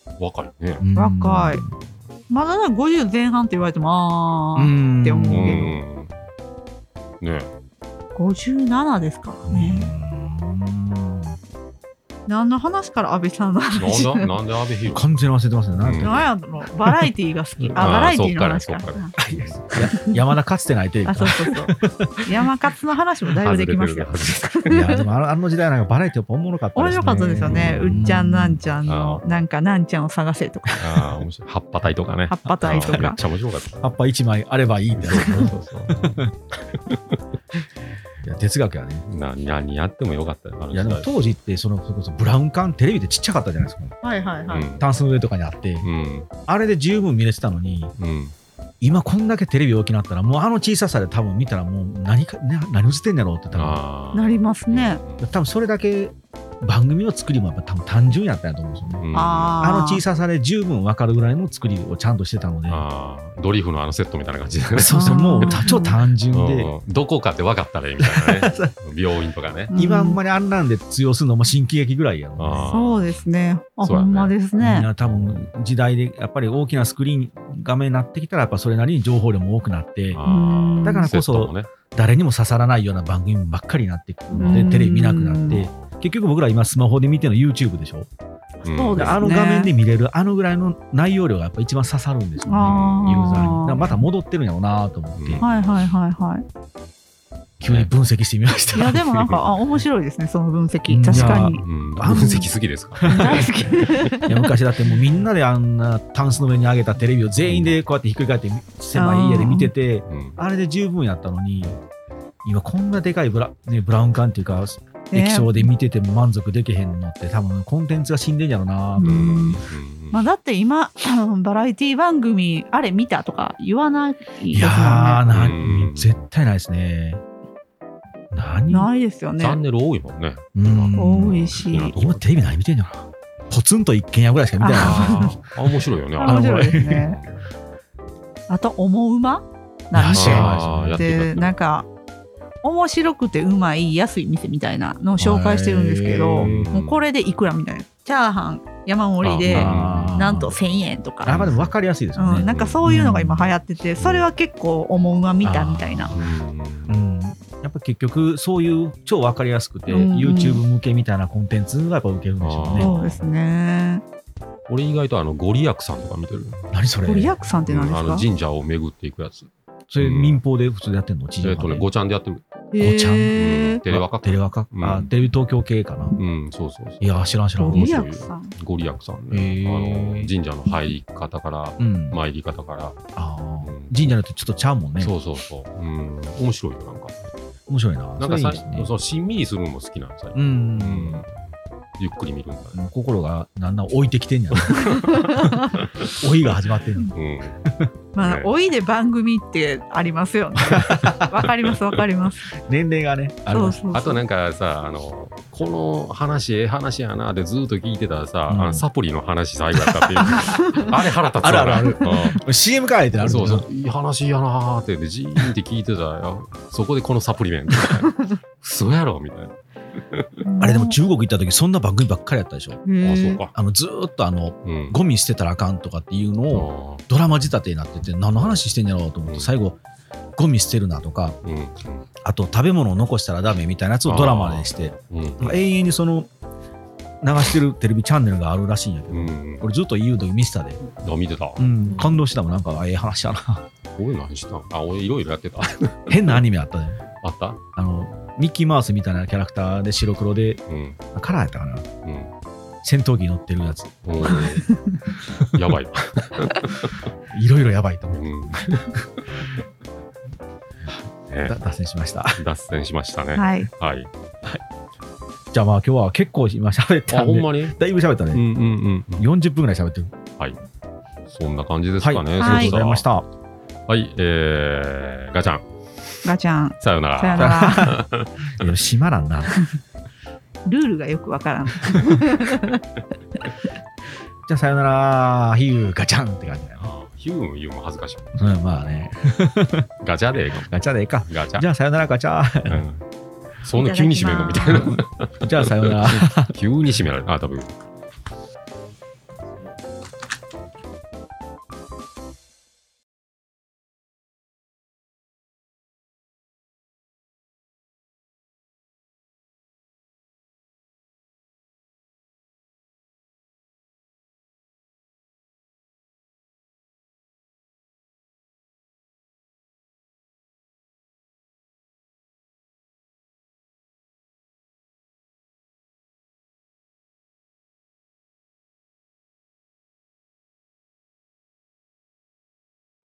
Speaker 2: あ、若いね。
Speaker 1: うん
Speaker 3: 若いまだだ50前半って言われても、あー
Speaker 1: ん
Speaker 3: って思
Speaker 2: う。
Speaker 3: うん
Speaker 2: ね
Speaker 3: 57ですからね。
Speaker 1: うん
Speaker 3: 何の話から安倍さんの
Speaker 2: え。
Speaker 3: 話
Speaker 2: なんだなんで阿部寛
Speaker 1: 完全に忘れてますね。なん
Speaker 2: うん
Speaker 1: か
Speaker 3: 何やろバラエティーが好き。
Speaker 2: あ
Speaker 3: あ、
Speaker 2: ー
Speaker 3: バラエティーの話
Speaker 2: そ
Speaker 3: か
Speaker 2: っ。から
Speaker 1: や山田かつてないという
Speaker 3: あ、
Speaker 1: か。
Speaker 3: そうそうそう。山勝の話もだいぶできました
Speaker 1: い
Speaker 3: よ。
Speaker 1: や、でもあのあの時代なんかバラエティやっぱおもろかったです
Speaker 3: 面
Speaker 1: ね。
Speaker 3: 白かったですよね。うっちゃんなんちゃん
Speaker 2: あ
Speaker 3: の、なんかなんちゃんを探せとか、
Speaker 2: ああ、面白い。葉っぱ隊とかね
Speaker 3: 葉。っぱ隊と
Speaker 2: ああめっ
Speaker 3: か。
Speaker 2: ちゃ面白かった。
Speaker 1: 葉っぱ一枚あればいいみたいな。
Speaker 2: そうそうそう。
Speaker 1: いや哲学やね。
Speaker 2: な何やってもよかったよ。あの
Speaker 1: いや
Speaker 2: 時
Speaker 1: でも
Speaker 2: 代
Speaker 1: 当時ってそのそれこそブラウン管テレビってちっちゃかったじゃないですか。
Speaker 3: はいはいはい。
Speaker 1: タンスの上とかにあって
Speaker 2: う、ん。
Speaker 1: あれで十分見れてたのに、
Speaker 2: うん。うん。
Speaker 1: 今こんだけテレビ大きなったら、もうあの小ささで多分見たらもう何か、ね、何映ってんやろうって多分。
Speaker 2: ああ。
Speaker 3: なりますね。
Speaker 1: 多分それだけ番組の作りもやっぱ多分単純やったんやと思うんですよね。
Speaker 2: うん
Speaker 1: あの
Speaker 3: ああ。
Speaker 1: 小ささで十分分かるぐらいの作りをちゃんとしてたので、
Speaker 2: ああドリフのあのセットみたいな感じで、ね、
Speaker 1: そうそう、
Speaker 3: あー
Speaker 1: も う超単純で、
Speaker 2: うんどこかって分かったらいいみたい なね病院とかね
Speaker 3: うん
Speaker 1: 今あんまりあんなんで通用するのも新喜劇ぐらいやろ、
Speaker 2: あ
Speaker 3: そうですね。あ、
Speaker 2: そう
Speaker 3: ほ
Speaker 2: やね
Speaker 3: んまです
Speaker 1: みん
Speaker 3: ね。
Speaker 1: な多分時代でやっぱり大きなスクリーン画面になってきたらやっぱそれなりに情報量も多くなって
Speaker 2: あ
Speaker 1: だからこ
Speaker 2: セットも
Speaker 1: そ
Speaker 2: ね
Speaker 1: 誰にも刺さらないような番組ばっかりになってくるの
Speaker 3: う
Speaker 1: で
Speaker 3: ん
Speaker 1: テレビ見なくなって結局僕ら今スマホで見てるの YouTube でしょ
Speaker 2: うん
Speaker 3: そう
Speaker 1: で
Speaker 3: ですね
Speaker 1: あの画面で見れるあのぐらいの内容量がやっぱ一番刺さるんですよね
Speaker 3: あ
Speaker 1: ユーザーにだから
Speaker 3: あ。
Speaker 1: また戻ってるんやろうなと思って、
Speaker 2: うん
Speaker 3: はいはいはいはい。
Speaker 1: 急に分析してみました
Speaker 3: いやでもなんかあ面白いですねその
Speaker 1: う
Speaker 3: 分
Speaker 1: ん
Speaker 3: 析確かに
Speaker 2: うん、
Speaker 1: あの
Speaker 2: 分析すぎですか
Speaker 3: 大好き
Speaker 1: いや昔だってもうみんなであんなタンスの上に上げたテレビを全員でこうやってひっくり返って狭い家で見てて
Speaker 2: うん
Speaker 1: あれで十分やったのに今こんなでかいブラ,、ね、ブラウン管っていうか液晶で見てても満足できへんのって多分コンテンツが死んでんやろな
Speaker 3: う
Speaker 2: うんん
Speaker 3: まあだって今バラエティ番組あれ見たとか言わないですもんね
Speaker 1: いやーな
Speaker 2: うん
Speaker 1: 絶対ないですね何
Speaker 3: ないですよ
Speaker 2: チャ
Speaker 3: ね
Speaker 2: ンネル多いもんね
Speaker 1: うん
Speaker 3: 多いし
Speaker 2: 好きな
Speaker 1: 今テレビ何見てんのかなポツンと一軒家ぐらいしか見てないな
Speaker 2: あーあ面白いよね
Speaker 3: 面白いです
Speaker 2: あれ
Speaker 3: ねあと「思うま」なん
Speaker 1: 確か
Speaker 3: か
Speaker 2: あーやってるやって
Speaker 3: で
Speaker 2: る
Speaker 3: なんか面白くてうまい安い店みたいなのを紹介してるんですけど
Speaker 1: へ
Speaker 2: ー
Speaker 3: もうこれでいくらみたいなチャーハン山盛りで
Speaker 2: あ
Speaker 1: ー
Speaker 3: なんと1000円とか
Speaker 1: あまあでも分かりやすいですよ
Speaker 3: う
Speaker 1: ね、
Speaker 3: ん、なんかそういうのが今流行ってて、それは結構思うわ見たみたいな。
Speaker 2: うん
Speaker 1: うん、やっぱ結局そういう超わかりやすくて、
Speaker 3: うん
Speaker 1: YouTube 向けみたいなコンテンツがやっぱ受けるんでしょうね
Speaker 2: あ
Speaker 3: そうですね。
Speaker 2: 俺意外とあのご利益さんとか見てる
Speaker 1: 何それ
Speaker 3: ご利益さんって何
Speaker 2: うんあの
Speaker 3: ですか？
Speaker 2: 神社を巡っていくやつ
Speaker 1: それ民放で普通でやってんの地上
Speaker 2: えっと
Speaker 1: 波で
Speaker 2: ねごちゃんでやってる
Speaker 1: ごちゃん
Speaker 3: へー
Speaker 2: テレワカ
Speaker 1: テレワカ、
Speaker 2: うん
Speaker 1: あテレビ東京系かな、
Speaker 2: うんそうそうそう
Speaker 1: いや知らん知ら
Speaker 3: ご
Speaker 1: ん
Speaker 3: 利
Speaker 2: 面
Speaker 3: 益
Speaker 2: 白い
Speaker 3: さん。
Speaker 2: ご利益さ
Speaker 1: へ
Speaker 2: んねあ
Speaker 1: ー
Speaker 2: の神社の入り方から
Speaker 1: うん、
Speaker 2: 参り方から、
Speaker 1: あー
Speaker 2: うん
Speaker 1: 神社のとちょっとちゃうもんね
Speaker 2: そうそうそう、うん、面白いよなんか
Speaker 1: 面白いな
Speaker 2: なんか
Speaker 1: それい
Speaker 2: さ
Speaker 1: いですね
Speaker 2: そうしんみりするのも好きなの最
Speaker 1: う
Speaker 2: 近、
Speaker 1: ん、
Speaker 2: うんゆっくり見るんだね、
Speaker 1: もう心がだんだん置いてきてんじゃない老いが始まってんの
Speaker 2: うん、
Speaker 3: まあ
Speaker 2: ね
Speaker 3: 老いで番組ってありますよね。わかりますわかります。
Speaker 1: 年齢がねあり
Speaker 3: そう
Speaker 1: ます
Speaker 3: そうそう。
Speaker 2: あとなんかさあのこの話ええ話やなってずっと聞いてたらさ、
Speaker 1: うん
Speaker 2: あのサプリの話最後やったってい うあれ腹立つわな
Speaker 1: あるある
Speaker 2: うん
Speaker 1: CM かいってなる
Speaker 2: そう
Speaker 1: そ
Speaker 2: そうういい話やなーってでじーんって聞いてたらそこでこのサプリメント 嘘やろみたいな
Speaker 1: あれでも中国行った時そんな番組ばっかりやったでしょ
Speaker 3: へ
Speaker 2: あそ
Speaker 3: ー
Speaker 2: うか
Speaker 1: あのずーっとあの
Speaker 2: うん
Speaker 1: ゴミ捨てたらあかんとかっていうのを
Speaker 2: あ
Speaker 1: ドラマ仕立てになってて何の話してんやろうと思っ
Speaker 2: う
Speaker 1: て
Speaker 2: ん
Speaker 1: 最後ゴミ捨てるなとか
Speaker 2: ーうん
Speaker 1: あと食べ物を残したらダメみたいなやつをドラマでして
Speaker 2: うん
Speaker 1: なんか永遠にその流してるテレビチャンネルがあるらしいんやけど
Speaker 2: うんうん
Speaker 1: 俺ずっと u と見せたで、
Speaker 2: あ見てた、
Speaker 1: うん、感動したもんなんかあええ話だな
Speaker 2: 俺何したんあ俺いろいろやってた
Speaker 1: 変なアニメあったで
Speaker 2: あった
Speaker 1: あのミッキーマウスみたいなキャラクターで白黒で
Speaker 2: うん
Speaker 1: カラーやったかな
Speaker 2: うん
Speaker 1: 戦闘機乗ってるやつ
Speaker 2: おーやばい、
Speaker 1: いろいろやばいと
Speaker 2: う
Speaker 1: 思うん
Speaker 2: ね
Speaker 1: だ脱線しました
Speaker 2: 脱線しましたね
Speaker 3: はい。
Speaker 2: はい
Speaker 1: じゃあまあ今日は結構今喋った
Speaker 2: あ
Speaker 1: ん
Speaker 2: ほ
Speaker 1: で
Speaker 2: んまにうん
Speaker 1: だいぶ喋った
Speaker 2: うん
Speaker 1: ね、
Speaker 2: うんうん
Speaker 1: 40分ぐらい喋ってる
Speaker 2: そんな感じですかね、。
Speaker 1: はい、ありがとうございましたた
Speaker 2: はい、えー、ガチャン、
Speaker 3: ガチャン。
Speaker 2: さよなら。
Speaker 3: さよなら。
Speaker 1: いや閉まらんな。
Speaker 3: ルールがよくわからん。
Speaker 1: じゃあさよなら、ヒューガチャンって感じだよ。
Speaker 2: あーヒューも言うも恥ずかしい。
Speaker 1: うん、まあね。
Speaker 2: ガチャでええかも
Speaker 1: ガチャでいいか。
Speaker 2: ガチャ。
Speaker 1: じゃあさよならガチャ。
Speaker 2: うんそんな急に閉めるのみたいな。
Speaker 1: じゃあさよなら。
Speaker 2: 急に閉められる。あ、多分。